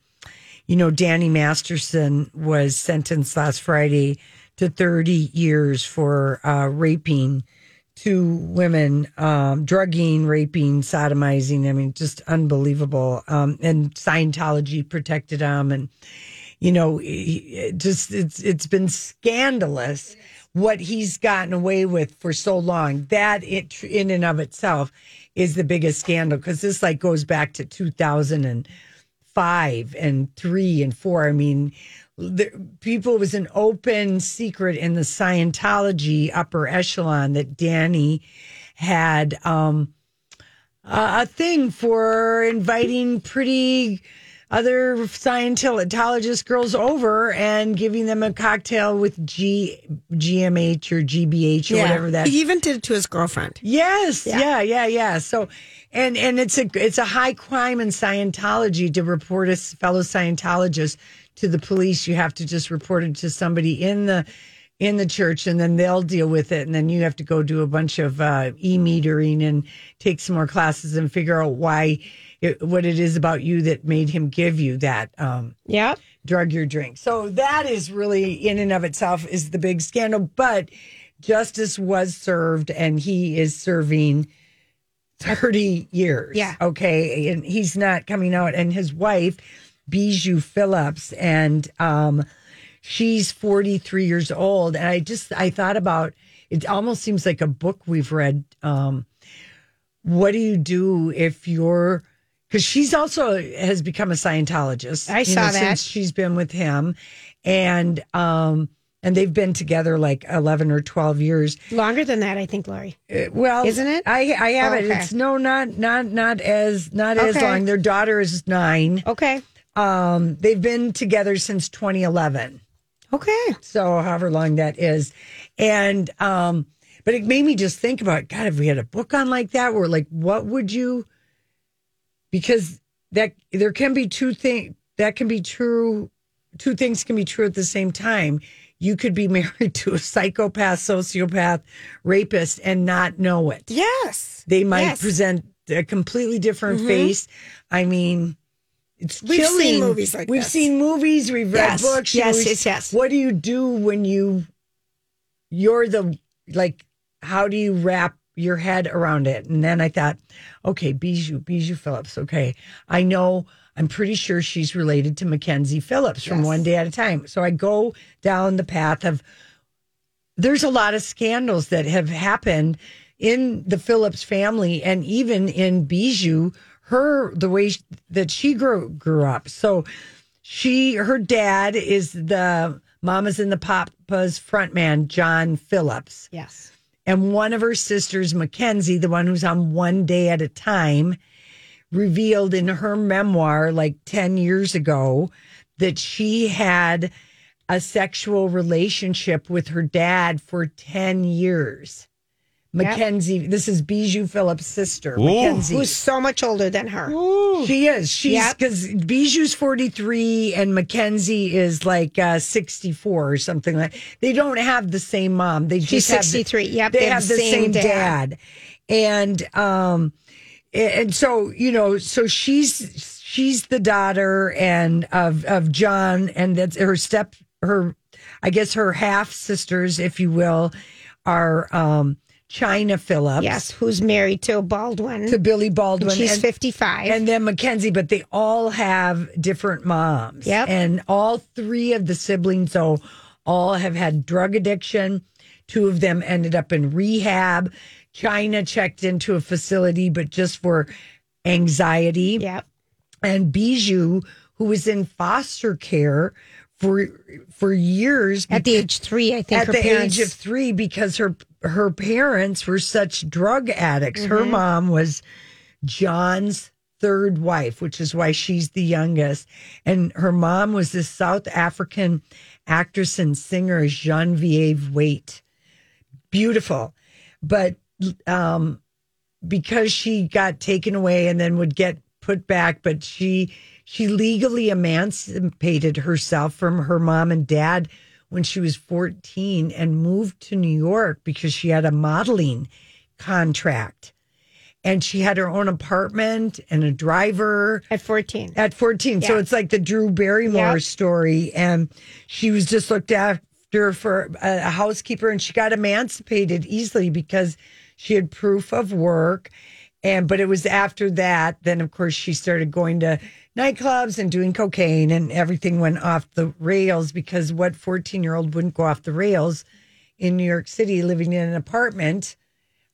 [SPEAKER 2] you know, Danny Masterson was sentenced last Friday to 30 years for uh, raping two women, um, drugging, raping, sodomizing. I mean, just unbelievable. Um, and Scientology protected him and you know, he- it just it's it's been scandalous what he's gotten away with for so long. That it in and of itself is the biggest scandal because this like goes back to two thousand and five and three and four. I mean, the, people it was an open secret in the Scientology upper echelon that Danny had um, a, a thing for inviting pretty other Scientologist girls over and giving them a cocktail with G GMH or GBH or whatever that.
[SPEAKER 3] He even did it to his girlfriend.
[SPEAKER 2] Yes, yeah. yeah, yeah, So, and and it's a it's a high crime in Scientology to report a s- fellow Scientologist to the police. You have to just report it to somebody in the in the church, and then they'll deal with it. And then you have to go do a bunch of uh, e metering and take some more classes and figure out why it, what it is about you that made him give you that. Um,
[SPEAKER 3] Yeah.
[SPEAKER 2] drug your drink. So that is really in and of itself is the big scandal, but justice was served and he is serving 30 years.
[SPEAKER 3] Yeah.
[SPEAKER 2] Okay. And he's not coming out and his wife Bijou Phillips and um she's 43 years old and I just I thought about it almost seems like a book we've read um what do you do if you're because she's also has become a Scientologist.
[SPEAKER 3] I saw that.
[SPEAKER 2] since she's been with him, and um, and they've been together like eleven or twelve years.
[SPEAKER 3] Longer than that, I think, Lori.
[SPEAKER 2] Uh, Well,
[SPEAKER 3] Isn't it? Oh,
[SPEAKER 2] I I have it.
[SPEAKER 3] Okay.
[SPEAKER 2] It's no, not not not as not as
[SPEAKER 3] Okay.
[SPEAKER 2] long. Their daughter is nine.
[SPEAKER 3] Okay.
[SPEAKER 2] Um, they've been together since twenty eleven
[SPEAKER 3] Okay.
[SPEAKER 2] so however long that is and um but it made me just think about god if we had a book on like that where like what would you because that there can be two things that can be true two things can be true at the same time you could be married to a psychopath sociopath rapist and not know it
[SPEAKER 3] Yes.
[SPEAKER 2] they might
[SPEAKER 3] Yes. Mm-hmm.
[SPEAKER 2] present a completely different face. I mean, it's
[SPEAKER 3] We've seen
[SPEAKER 2] chilling.
[SPEAKER 3] movies like
[SPEAKER 2] we've
[SPEAKER 3] this.
[SPEAKER 2] seen movies, we've read
[SPEAKER 3] Yes,
[SPEAKER 2] books.
[SPEAKER 3] yes,
[SPEAKER 2] we've-
[SPEAKER 3] yes, yes.
[SPEAKER 2] What do you do when you you're the like? How do you wrap your head around it? And then I thought, okay, Bijou, Bijou Phillips. Okay, I know. I'm pretty sure she's related to Mackenzie Phillips from One Day at a Time. So I go down the path of there's a lot of scandals that have happened in the Phillips family and even in Bijou, her the way sh- that she grew grew up. So she her dad is the Mamas and the Papas frontman John Phillips
[SPEAKER 3] Yes.
[SPEAKER 2] and one of her sisters, Mackenzie, the one who's on one day at a time, revealed in her memoir like 10 years ago that she had a sexual relationship with her dad for 10 years. Mackenzie, this is Bijou Phillips' sister, Mackenzie.
[SPEAKER 3] Who's so much older than her.
[SPEAKER 2] She is. She's
[SPEAKER 3] Yep.
[SPEAKER 2] because Bijou's 43 and Mackenzie is like uh, 64 or something like They don't have the same mom. They
[SPEAKER 3] She's
[SPEAKER 2] just have the-
[SPEAKER 3] 63. Yep,
[SPEAKER 2] They, have the same,
[SPEAKER 3] dad.
[SPEAKER 2] dad. And, um, a- and so, you know, so she's, she's the daughter and of, of John and that's her step, her, I guess her half sisters, if you will, are, um, China Phillips
[SPEAKER 3] Yes. Who's married to Baldwin.
[SPEAKER 2] to Billy Baldwin.
[SPEAKER 3] She's
[SPEAKER 2] and-
[SPEAKER 3] 55.
[SPEAKER 2] and then Mackenzie, but they all have different moms.
[SPEAKER 3] Yep.
[SPEAKER 2] And all three of the siblings, so all have had drug addiction. Two of them ended up in rehab. China checked into a facility, but just for anxiety.
[SPEAKER 3] yep.
[SPEAKER 2] And Bijou, who was in foster care for for years
[SPEAKER 3] At the age three, I think
[SPEAKER 2] at
[SPEAKER 3] her
[SPEAKER 2] the
[SPEAKER 3] parents.
[SPEAKER 2] age of three because her her parents were such drug addicts. Her
[SPEAKER 3] Mm-hmm.
[SPEAKER 2] mom was John's third wife, which is why she's the youngest, and her mom was this South African actress and singer Genevieve Waite, beautiful, but um, because she got taken away and then would get put back, but she she legally emancipated herself from her mom and dad when she was 14 and moved to New York because she had a modeling contract. And she had her own apartment and a driver
[SPEAKER 3] at 14.
[SPEAKER 2] at 14. So
[SPEAKER 3] Yeah.
[SPEAKER 2] it's like the Drew Barrymore
[SPEAKER 3] Yep.
[SPEAKER 2] story. And she was just looked after for a, a housekeeper and she got emancipated easily because she had proof of work. And, but it was after that, then of course she started going to nightclubs and doing cocaine and everything went off the rails because what 14 year old wouldn't go off the rails in New York City living in an apartment?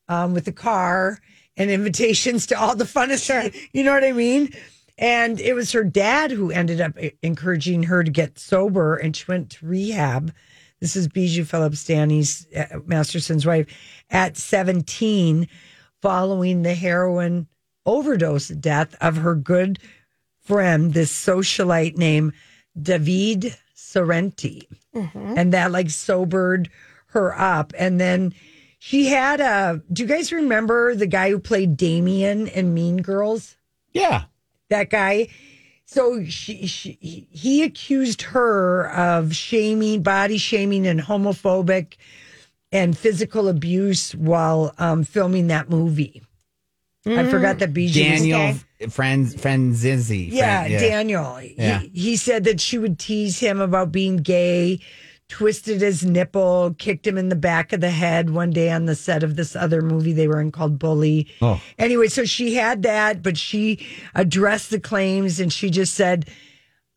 [SPEAKER 2] um, with the car and invitations to all the funnest. You know what I mean? And it was her dad who ended up e-, encouraging her to get sober, and she went to rehab. This is Bijou Phillips Danny's uh, Masterson's wife at 17, following the heroin overdose death of her good friend, this socialite named David Sorrenti. Mm-hmm. And that like sobered her up. And then she had a do you guys remember the guy who played Damien in Mean Girls?
[SPEAKER 1] Yeah.
[SPEAKER 2] that guy. So she, she, he- he accused her of shaming, body shaming, and homophobic and physical abuse while um, filming that movie. I forgot that BJ.
[SPEAKER 1] Daniel Friends Frenzizzi.
[SPEAKER 2] yeah,
[SPEAKER 1] Fren-
[SPEAKER 2] Daniel.
[SPEAKER 1] Yeah.
[SPEAKER 2] He, he said that she would tease him about being gay, twisted his nipple, kicked him in the back of the head one day on the set of this other movie they were in called Bully.
[SPEAKER 1] Oh.
[SPEAKER 2] Anyway, so she had that, but she addressed the claims and she just said,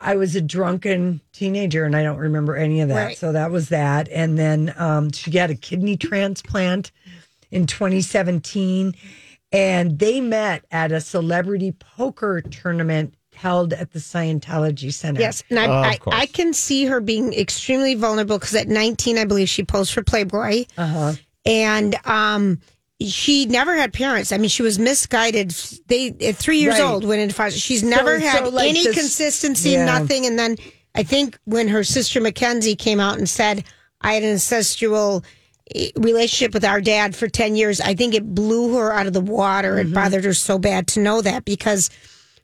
[SPEAKER 2] I was a drunken teenager and I don't remember any of that.
[SPEAKER 3] Right.
[SPEAKER 2] So that was that. And then um, she got a kidney transplant in 2017. And they met at a celebrity poker tournament held at the Scientology Center.
[SPEAKER 3] Yes, and I,
[SPEAKER 1] Oh, Of
[SPEAKER 3] I,
[SPEAKER 1] course.
[SPEAKER 3] I can see her being extremely vulnerable because at 19, I believe she posed for Playboy,
[SPEAKER 2] Uh-huh.
[SPEAKER 3] and um, she never had parents. I mean, she was misguided. They at three years
[SPEAKER 2] Right.
[SPEAKER 3] old went into foster. She's never
[SPEAKER 2] so,
[SPEAKER 3] had
[SPEAKER 2] like,
[SPEAKER 3] any
[SPEAKER 2] this-
[SPEAKER 3] consistency,
[SPEAKER 2] yeah.
[SPEAKER 3] nothing. And then I think when her sister Mackenzie came out and said, "I had an incestual." eh, Relationship with our dad for 10 years, I think it blew her out of the water.
[SPEAKER 2] Mm-hmm.
[SPEAKER 3] It bothered her so bad to know that because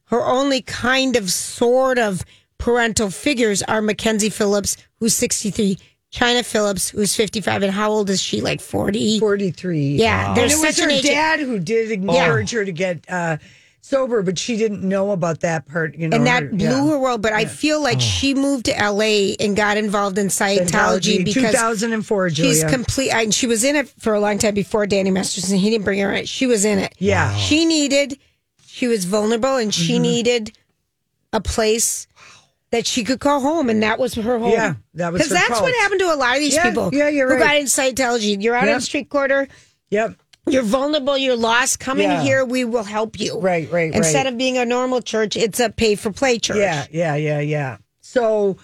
[SPEAKER 3] her only kind of sort of parental figures are Mackenzie Phillips, who's 63, China Phillips, who's 55, and how old is she? Like 40?
[SPEAKER 2] 43.
[SPEAKER 3] Yeah,
[SPEAKER 2] And
[SPEAKER 3] there's
[SPEAKER 2] it was
[SPEAKER 3] such an
[SPEAKER 2] her
[SPEAKER 3] age-
[SPEAKER 2] dad who did encourage her to get uh, sober, but she didn't know about that part. You know,
[SPEAKER 3] And that
[SPEAKER 2] her-
[SPEAKER 3] blew
[SPEAKER 2] yeah. Oh.
[SPEAKER 3] her world. But I feel like she moved to LA and got involved in Scientology,
[SPEAKER 2] Scientology,
[SPEAKER 3] because
[SPEAKER 2] 2004,
[SPEAKER 3] she's
[SPEAKER 2] Julia.
[SPEAKER 3] complete. I, she was in it for a long time before Danny Masterson. He didn't bring her in. She was in it.
[SPEAKER 2] Yeah. Mm-hmm. Wow.
[SPEAKER 3] She needed, she was vulnerable and she needed a place that she could call home. And that was her home.
[SPEAKER 2] Yeah, that was
[SPEAKER 3] Because
[SPEAKER 2] her
[SPEAKER 3] that's what
[SPEAKER 2] cult.
[SPEAKER 3] happened to a lot of these
[SPEAKER 2] Yeah,
[SPEAKER 3] people.
[SPEAKER 2] yeah, you're
[SPEAKER 3] who
[SPEAKER 2] right.
[SPEAKER 3] got in Scientology. You're out on
[SPEAKER 2] Yeah.
[SPEAKER 3] the street corner.
[SPEAKER 2] Yep.
[SPEAKER 3] You're vulnerable. You're lost. Come in
[SPEAKER 2] Yeah.
[SPEAKER 3] here. We will help you.
[SPEAKER 2] Right, right, right.
[SPEAKER 3] Instead of being a normal church, it's a pay for play church.
[SPEAKER 2] Yeah, yeah, yeah, yeah. So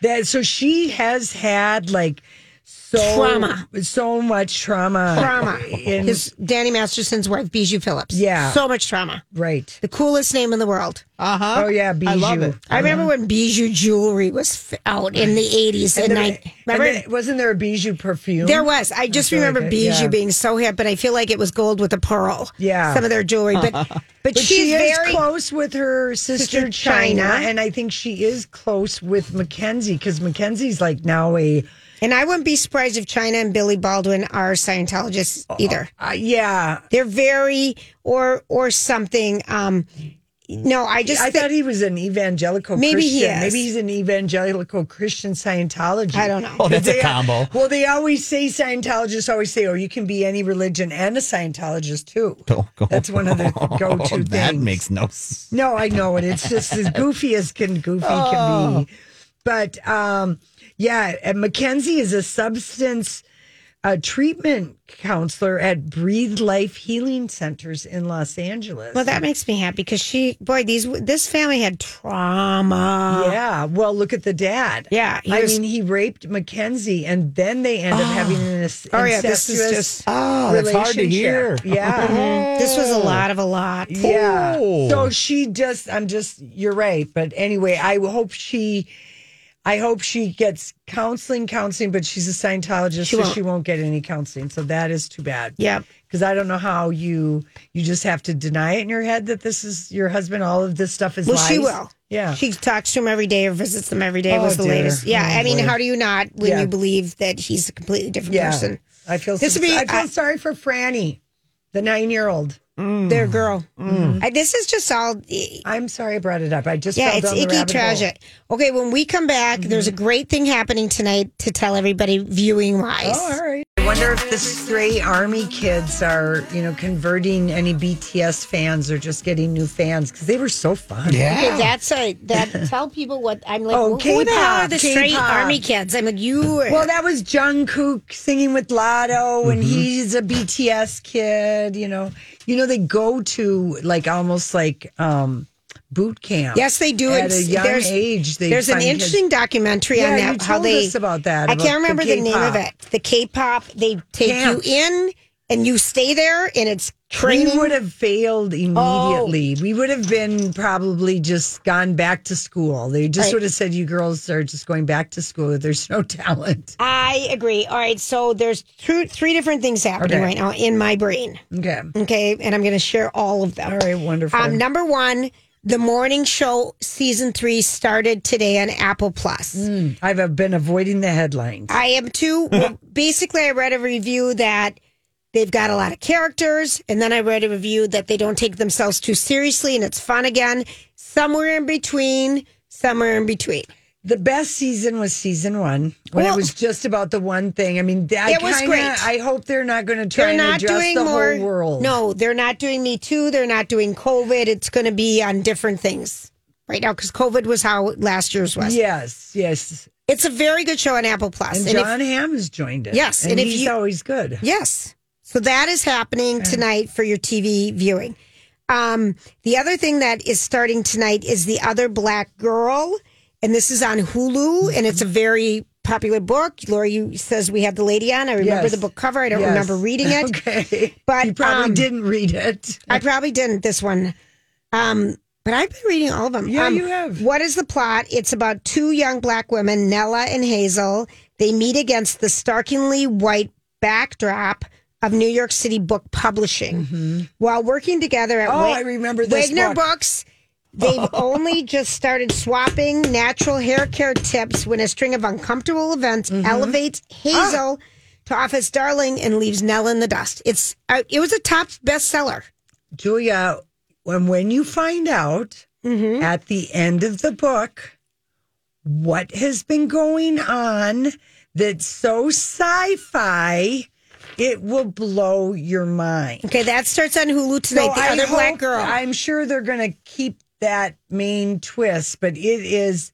[SPEAKER 2] that so she has had like so
[SPEAKER 3] Trauma.
[SPEAKER 2] so much trauma,
[SPEAKER 3] Trauma.
[SPEAKER 2] in,
[SPEAKER 3] His Danny Masterson's wife, Bijou Phillips.
[SPEAKER 2] Yeah.
[SPEAKER 3] So much trauma.
[SPEAKER 2] right.
[SPEAKER 3] The coolest name in the world.
[SPEAKER 1] Uh huh.
[SPEAKER 2] Oh yeah, Bijou.
[SPEAKER 1] I love it.
[SPEAKER 3] I remember when Bijou jewelry was f- out in the 80s and,
[SPEAKER 2] And there-
[SPEAKER 3] 90s.
[SPEAKER 2] and
[SPEAKER 3] Remember?
[SPEAKER 2] there- wasn't there a Bijou perfume?
[SPEAKER 3] there was. I just
[SPEAKER 2] feel like
[SPEAKER 3] remember
[SPEAKER 2] it,
[SPEAKER 3] Bijou
[SPEAKER 2] yeah.
[SPEAKER 3] being so hip, but I feel like it was gold with a pearl.
[SPEAKER 2] Yeah.
[SPEAKER 3] Some of their jewelry. But, but,
[SPEAKER 2] But
[SPEAKER 3] she's
[SPEAKER 2] she is
[SPEAKER 3] very.
[SPEAKER 2] close with her sister,
[SPEAKER 3] Sister
[SPEAKER 2] China,
[SPEAKER 3] China.
[SPEAKER 2] and I think she is close with Mackenzie because Mackenzie's like now a
[SPEAKER 3] And I wouldn't be surprised if China and Billy Baldwin are Scientologists either.
[SPEAKER 2] uh, yeah.
[SPEAKER 3] They're very or or something. Um, no, I just
[SPEAKER 2] I
[SPEAKER 3] thi-
[SPEAKER 2] thought he was an evangelical
[SPEAKER 3] Maybe
[SPEAKER 2] Christian.
[SPEAKER 3] he is.
[SPEAKER 2] Maybe he's an evangelical Christian Scientology.
[SPEAKER 3] I don't know.
[SPEAKER 1] Oh, that's a
[SPEAKER 2] They-
[SPEAKER 1] combo.
[SPEAKER 2] Well, they always say Scientologists always say, "Oh, you can be any religion and a Scientologist too." That's one of the go-to things.
[SPEAKER 1] Oh, That makes no sense.
[SPEAKER 2] No, I know it. It's just as goofy as can goofy can
[SPEAKER 3] Oh.
[SPEAKER 2] be. But um, yeah, and Mackenzie is a substance uh, treatment counselor at Breathe Life Healing Centers in Los Angeles.
[SPEAKER 3] Well, that makes me happy because she, boy, these this family had trauma.
[SPEAKER 2] Yeah. Well, look at the dad.
[SPEAKER 3] Yeah, he
[SPEAKER 2] I
[SPEAKER 3] was-
[SPEAKER 2] mean, he raped Mackenzie, and then they end up having an incestuous
[SPEAKER 3] Oh, yeah, this is just-
[SPEAKER 1] Oh, that's hard to hear.
[SPEAKER 2] relationship. Yeah.
[SPEAKER 3] Mm. This was a lot of a lot.
[SPEAKER 2] Yeah.
[SPEAKER 1] Oh.
[SPEAKER 2] So she just, I'm just, you're right. But anyway, I hope she, I hope she gets counseling, counseling, but she's a Scientologist, so
[SPEAKER 3] won't.
[SPEAKER 2] she won't get any counseling. So that is too bad.
[SPEAKER 3] Yep.
[SPEAKER 2] Because I don't know how you, you just have to deny it in your head that this is your husband, all of this stuff is
[SPEAKER 3] Well,
[SPEAKER 2] lies.
[SPEAKER 3] she will.
[SPEAKER 2] Yeah.
[SPEAKER 3] She talks to him every day or visits them every day.
[SPEAKER 2] Oh,
[SPEAKER 3] was the
[SPEAKER 2] dear.
[SPEAKER 3] latest. Yeah.
[SPEAKER 2] Oh,
[SPEAKER 3] I mean,
[SPEAKER 2] boy.
[SPEAKER 3] how do you not when
[SPEAKER 2] Yeah.
[SPEAKER 3] you believe that he's a completely different person?
[SPEAKER 2] I feel
[SPEAKER 3] This
[SPEAKER 2] so,
[SPEAKER 3] would be-
[SPEAKER 2] I feel
[SPEAKER 3] I-
[SPEAKER 2] sorry for Franny, the nine year old.
[SPEAKER 3] Their girl.
[SPEAKER 2] Mm.
[SPEAKER 3] I, this is just all.
[SPEAKER 2] I'm sorry I brought it up. I just
[SPEAKER 3] Yeah,
[SPEAKER 2] fell
[SPEAKER 3] it's
[SPEAKER 2] down the
[SPEAKER 3] icky
[SPEAKER 2] rabbit hole. Mm-hmm.
[SPEAKER 3] tragic. Okay, when we come back, there's a great thing happening tonight to tell everybody viewing wise.
[SPEAKER 2] Oh, all right. I wonder if the stray army kids are, you know, converting any BTS fans or just getting new fans because they were so fun.
[SPEAKER 3] Okay, that's a that. Tell people what I'm like.
[SPEAKER 2] Oh,
[SPEAKER 3] who the hell are
[SPEAKER 2] K-pop,
[SPEAKER 3] the straight
[SPEAKER 2] K-pop.
[SPEAKER 3] army kids? I'm like you. Were,
[SPEAKER 2] Well, that was Jungkook singing with Lotto, and
[SPEAKER 3] Mm-hmm.
[SPEAKER 2] he's a BTS kid. You know, you know they go to like almost like um boot camp.
[SPEAKER 3] yes, they do.
[SPEAKER 2] at
[SPEAKER 3] It's-
[SPEAKER 2] a young
[SPEAKER 3] there's,
[SPEAKER 2] age. They
[SPEAKER 3] there's an
[SPEAKER 2] find kids-
[SPEAKER 3] interesting documentary on
[SPEAKER 2] Yeah,
[SPEAKER 3] that.
[SPEAKER 2] you
[SPEAKER 3] how
[SPEAKER 2] told
[SPEAKER 3] they
[SPEAKER 2] us about that,
[SPEAKER 3] I
[SPEAKER 2] about
[SPEAKER 3] can't
[SPEAKER 2] the
[SPEAKER 3] remember the, name of
[SPEAKER 2] K-pop.
[SPEAKER 3] it. The K-pop. They take
[SPEAKER 2] Camps.
[SPEAKER 3] you in and you stay there and it's training.
[SPEAKER 2] We would have failed immediately.
[SPEAKER 3] Oh.
[SPEAKER 2] We would have been probably just gone back to school. They just
[SPEAKER 3] Right.
[SPEAKER 2] would have said, "You girls are just going back to school. There's no talent."
[SPEAKER 3] I agree. All right, so there's two, three different things happening
[SPEAKER 2] Okay.
[SPEAKER 3] right now in my brain.
[SPEAKER 2] Okay.
[SPEAKER 3] Okay, and I'm going to share all of them.
[SPEAKER 2] All right. Wonderful.
[SPEAKER 3] Um, number one, the morning show season three started today on Apple Plus.
[SPEAKER 2] I've uh, been avoiding the headlines.
[SPEAKER 3] I am too. Well, basically, I read a review that they've got a lot of characters, and then I read a review that they don't take themselves too seriously and it's fun again. Somewhere in between, somewhere in between.
[SPEAKER 2] The best season was season one when
[SPEAKER 3] Well-
[SPEAKER 2] it was just about the one thing. I mean, that
[SPEAKER 3] It was
[SPEAKER 2] kinda,
[SPEAKER 3] great.
[SPEAKER 2] I hope they're not going to try
[SPEAKER 3] They're
[SPEAKER 2] and
[SPEAKER 3] not
[SPEAKER 2] address
[SPEAKER 3] doing
[SPEAKER 2] the
[SPEAKER 3] more.
[SPEAKER 2] whole world.
[SPEAKER 3] No, they're not doing Me Too. They're not doing COVID. It's going to be on different things right now because COVID was how last year's was.
[SPEAKER 2] Yes, yes.
[SPEAKER 3] It's a very good show on Apple Plus.
[SPEAKER 2] And
[SPEAKER 3] And if-
[SPEAKER 2] John Hamm has joined it.
[SPEAKER 3] Yes,
[SPEAKER 2] and,
[SPEAKER 3] and if
[SPEAKER 2] he's
[SPEAKER 3] you-
[SPEAKER 2] always good.
[SPEAKER 3] Yes. So that is happening tonight for your TV viewing. Um, the other thing that is starting tonight is The Other Black Girl, and this is on Hulu, and it's a very popular book. Laura you says we had the lady on. I remember
[SPEAKER 2] Yes.
[SPEAKER 3] the book cover. I don't
[SPEAKER 2] Yes.
[SPEAKER 3] remember reading it.
[SPEAKER 2] Okay,
[SPEAKER 3] But,
[SPEAKER 2] you probably
[SPEAKER 3] um,
[SPEAKER 2] didn't read it.
[SPEAKER 3] I probably didn't this one. Um, but I've been reading all of them.
[SPEAKER 2] Yeah,
[SPEAKER 3] Um,
[SPEAKER 2] you have.
[SPEAKER 3] What is the plot? It's about two young black women, Nella and Hazel. They meet against the starkly white backdrop of New York City book publishing. While working together at
[SPEAKER 2] Mm-hmm. Oh,
[SPEAKER 3] Wa-
[SPEAKER 2] I remember this
[SPEAKER 3] Wagner
[SPEAKER 2] book. Oh.
[SPEAKER 3] Books, they've only just started swapping natural hair care tips when a string of uncomfortable events
[SPEAKER 2] Mm-hmm.
[SPEAKER 3] elevates
[SPEAKER 2] Ah.
[SPEAKER 3] Hazel to office darling and leaves Nella in the dust. It's uh, it was a top bestseller.
[SPEAKER 2] Julia, when when you find out
[SPEAKER 3] Mm-hmm.
[SPEAKER 2] at the end of the book what has been going on that's so sci-fi, it will blow your mind.
[SPEAKER 3] Okay, that starts on Hulu tonight. the
[SPEAKER 2] I
[SPEAKER 3] other black
[SPEAKER 2] hope-
[SPEAKER 3] girl.
[SPEAKER 2] I'm sure they're going to keep that main twist, but it is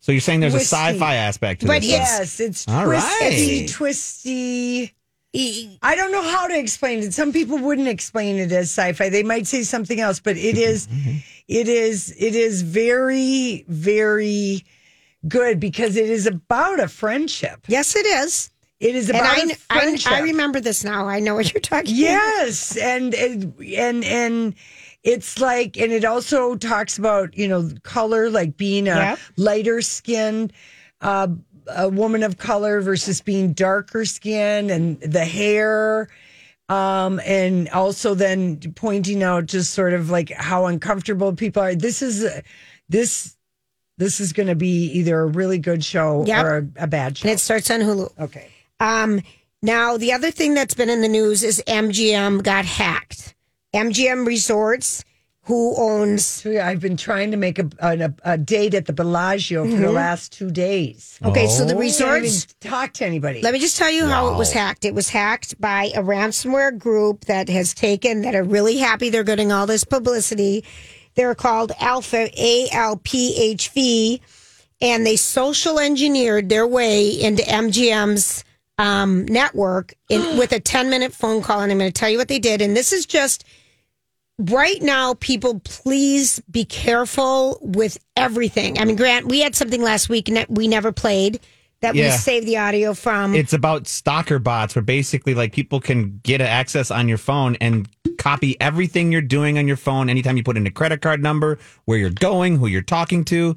[SPEAKER 1] So you're saying there's
[SPEAKER 2] Whiskey.
[SPEAKER 1] a sci-fi aspect to
[SPEAKER 3] But
[SPEAKER 1] this?
[SPEAKER 3] it's-
[SPEAKER 2] yes, it's
[SPEAKER 1] All
[SPEAKER 2] twisty,
[SPEAKER 1] right.
[SPEAKER 2] twisty.
[SPEAKER 3] E-
[SPEAKER 2] I don't know how to explain it. Some people wouldn't explain it as sci-fi. They might say something else, but it is, it is, it is very, very good because it is about a friendship.
[SPEAKER 3] yes, it is.
[SPEAKER 2] It is
[SPEAKER 3] And
[SPEAKER 2] about
[SPEAKER 3] I,
[SPEAKER 2] a
[SPEAKER 3] I,
[SPEAKER 2] friendship.
[SPEAKER 3] I remember this now. I know what you're talking about.
[SPEAKER 2] Yes, and and and and it's like, and it also talks about you know color, like being a
[SPEAKER 3] Yeah.
[SPEAKER 2] lighter skinned. Uh, a woman of color versus being darker skinned and the hair um and also then pointing out just sort of like how uncomfortable people are this is a- this this is going to be either a really good show
[SPEAKER 3] Yep.
[SPEAKER 2] or a, a bad show
[SPEAKER 3] And it starts on Hulu.
[SPEAKER 2] okay
[SPEAKER 3] Um, now, the other thing that's been in the news is MGM got hacked. MGM Resorts, who owns.
[SPEAKER 2] So, yeah, I've been trying to make a, an- a, a date at the Bellagio for
[SPEAKER 3] Mm-hmm.
[SPEAKER 2] the last two days.
[SPEAKER 3] Okay, so the
[SPEAKER 1] Oh.
[SPEAKER 2] Can't even
[SPEAKER 3] resorts.
[SPEAKER 2] talk to anybody.
[SPEAKER 3] Let me just tell you how it was
[SPEAKER 1] Wow.
[SPEAKER 3] hacked. It was hacked by a ransomware group that has taken, that are really happy they're getting all this publicity. They're called Alpha, A L P H V, and they social engineered their way into MGM's um, network in, with a 10 minute phone call. And I'm going to tell you what they did. And this is just right now, people, please be careful with everything. I mean, Grant, we had something last week that we never played that we
[SPEAKER 1] Yeah.
[SPEAKER 3] saved the audio from.
[SPEAKER 1] It's about stalker bots where basically like people can get access on your phone and copy everything you're doing on your phone anytime you put in a credit card number, where you're going, who you're talking to.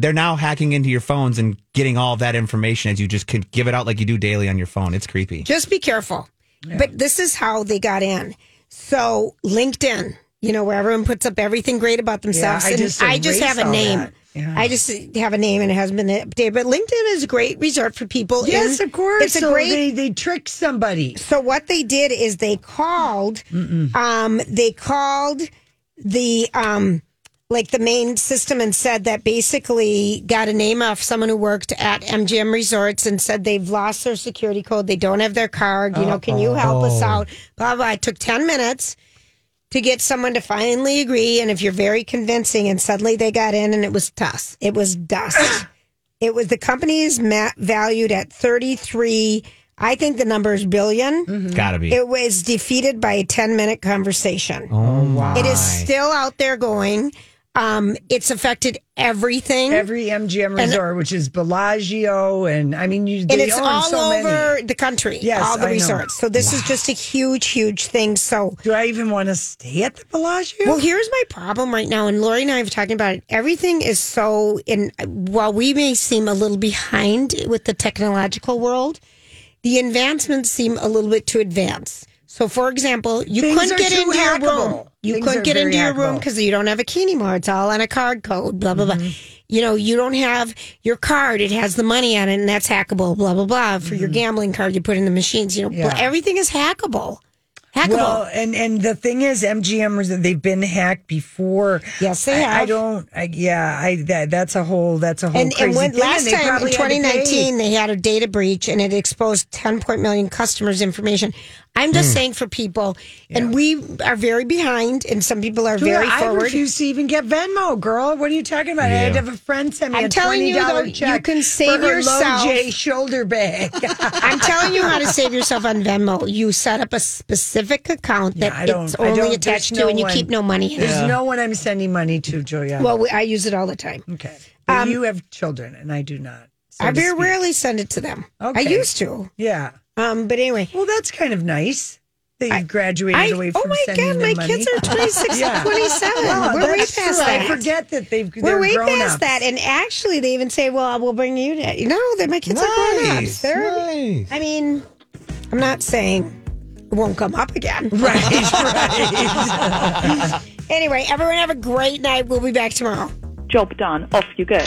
[SPEAKER 1] They're now hacking into your phones and getting all that information as you just can give it out like you do daily on your phone. It's creepy.
[SPEAKER 3] Just be careful. But this is how they got in. So LinkedIn, you know, where everyone puts up everything great about themselves.
[SPEAKER 2] I
[SPEAKER 3] and
[SPEAKER 2] just
[SPEAKER 3] I just have a
[SPEAKER 2] erased all
[SPEAKER 3] name.
[SPEAKER 2] that. Yeah.
[SPEAKER 3] I just have a name and it hasn't been updated. But LinkedIn is a great resort for people.
[SPEAKER 2] yes,
[SPEAKER 3] in-
[SPEAKER 2] of course.
[SPEAKER 3] It's a
[SPEAKER 2] so
[SPEAKER 3] great Mm-hmm.
[SPEAKER 2] they, they trick somebody.
[SPEAKER 3] so what they did is they called um they called the um like the main system and said that basically got a name off someone who worked at MGM Resorts and said they've lost their security code, they don't have their card, you know, can you help us out? Blah blah. It took ten minutes to get someone to finally agree and if you're very convincing and suddenly they got in and it was dust. It was dust. It was the company is ma- valued at 33, I think the number is 1000000000
[SPEAKER 1] Gotta be.
[SPEAKER 3] Mm-hmm. It was defeated by a 10 minute conversation.
[SPEAKER 1] oh wow.
[SPEAKER 3] It is still out there going. Um, it's affected everything.
[SPEAKER 2] Every MGM resort, which is Bellagio, Oh, and I mean, you, they
[SPEAKER 3] and it's
[SPEAKER 2] own
[SPEAKER 3] all
[SPEAKER 2] so
[SPEAKER 3] over
[SPEAKER 2] many.
[SPEAKER 3] the country.
[SPEAKER 2] Yes,
[SPEAKER 3] all the
[SPEAKER 2] I know.
[SPEAKER 3] resorts. So this is just a huge, huge thing. So
[SPEAKER 2] Do I even want to stay at the Bellagio?
[SPEAKER 3] Well, here's my problem right now, and Lori and I have talking about it. Everything is so in. While we may seem a little behind with the technological world, the advancements seem a little bit too advanced. So, for example, you
[SPEAKER 2] Things
[SPEAKER 3] couldn't
[SPEAKER 2] are
[SPEAKER 3] get
[SPEAKER 2] too
[SPEAKER 3] into your
[SPEAKER 2] hackable.
[SPEAKER 3] room. You
[SPEAKER 2] Things
[SPEAKER 3] couldn't
[SPEAKER 2] are
[SPEAKER 3] get
[SPEAKER 2] very
[SPEAKER 3] into your room
[SPEAKER 2] hackable.
[SPEAKER 3] because you don't have a key anymore. It's all on a card code. Blah blah blah.
[SPEAKER 2] Mm-hmm.
[SPEAKER 3] You know, you don't have your card. It has the money on it, and that's hackable. Blah blah blah. For your gambling card, you put in the machines. You know,
[SPEAKER 2] Mm-hmm. Yeah.
[SPEAKER 3] everything is hackable. Hackable.
[SPEAKER 2] Well, and and the thing is, MGMers that they've been hacked before.
[SPEAKER 3] Yes, they
[SPEAKER 2] I, I
[SPEAKER 3] have.
[SPEAKER 2] don't. I, yeah, I that that's a whole that's a whole
[SPEAKER 3] and,
[SPEAKER 2] crazy
[SPEAKER 3] and when,
[SPEAKER 2] thing,
[SPEAKER 3] last
[SPEAKER 2] they
[SPEAKER 3] time in
[SPEAKER 2] probably had to pay.
[SPEAKER 3] 2019 they had a data breach and it exposed 10 point million customers information i'm
[SPEAKER 2] Hmm.
[SPEAKER 3] just saying for people and we are very behind and some people are
[SPEAKER 2] Julia,
[SPEAKER 3] very
[SPEAKER 2] I
[SPEAKER 3] forward
[SPEAKER 2] refuse to even get Venmo, girl. What are you talking about? I had to have a friend send me
[SPEAKER 3] I'm
[SPEAKER 2] a
[SPEAKER 3] telling
[SPEAKER 2] twenty
[SPEAKER 3] you, though,
[SPEAKER 2] dollar
[SPEAKER 3] you
[SPEAKER 2] check.
[SPEAKER 3] can save
[SPEAKER 2] for her
[SPEAKER 3] yourself.
[SPEAKER 2] Low J shoulder bag.
[SPEAKER 3] i'm telling you how to save yourself on venmo you set up a specific account
[SPEAKER 2] Yeah, I
[SPEAKER 3] that
[SPEAKER 2] don't-
[SPEAKER 3] it's
[SPEAKER 2] I don't-
[SPEAKER 3] only
[SPEAKER 2] there's
[SPEAKER 3] attached to
[SPEAKER 2] no
[SPEAKER 3] and you
[SPEAKER 2] one-
[SPEAKER 3] keep no money in it.
[SPEAKER 2] There's no one I'm sending money to, Julia.
[SPEAKER 3] well um, we, i use it all the time
[SPEAKER 2] okay, But you have children, and I do not. so
[SPEAKER 3] i
[SPEAKER 2] to
[SPEAKER 3] very
[SPEAKER 2] speak.
[SPEAKER 3] rarely send it to them i
[SPEAKER 2] Okay.
[SPEAKER 3] used to
[SPEAKER 2] Yeah.
[SPEAKER 3] um, but anyway
[SPEAKER 2] Well, that's kind of nice that
[SPEAKER 3] I-
[SPEAKER 2] you've graduated
[SPEAKER 3] I,
[SPEAKER 2] away from
[SPEAKER 3] oh my
[SPEAKER 2] sending
[SPEAKER 3] god, my
[SPEAKER 2] them
[SPEAKER 3] kids
[SPEAKER 2] money.
[SPEAKER 3] are 26
[SPEAKER 2] Yeah.
[SPEAKER 3] and 27.
[SPEAKER 2] Wow,
[SPEAKER 3] We're way
[SPEAKER 2] that's
[SPEAKER 3] past
[SPEAKER 2] true.
[SPEAKER 3] that.
[SPEAKER 2] I forget that they've they're
[SPEAKER 3] We're way
[SPEAKER 2] grown
[SPEAKER 3] past
[SPEAKER 2] up.
[SPEAKER 3] that, and actually, they even say, "Well, we'll bring you." To, you know, that my kids are grown ups.
[SPEAKER 1] Nice,
[SPEAKER 3] They're.
[SPEAKER 1] nice.
[SPEAKER 3] I mean, I'm not saying it won't come up again.
[SPEAKER 2] Right, right.
[SPEAKER 3] anyway, everyone have a great night. We'll be back tomorrow.
[SPEAKER 5] Job done. Off you go.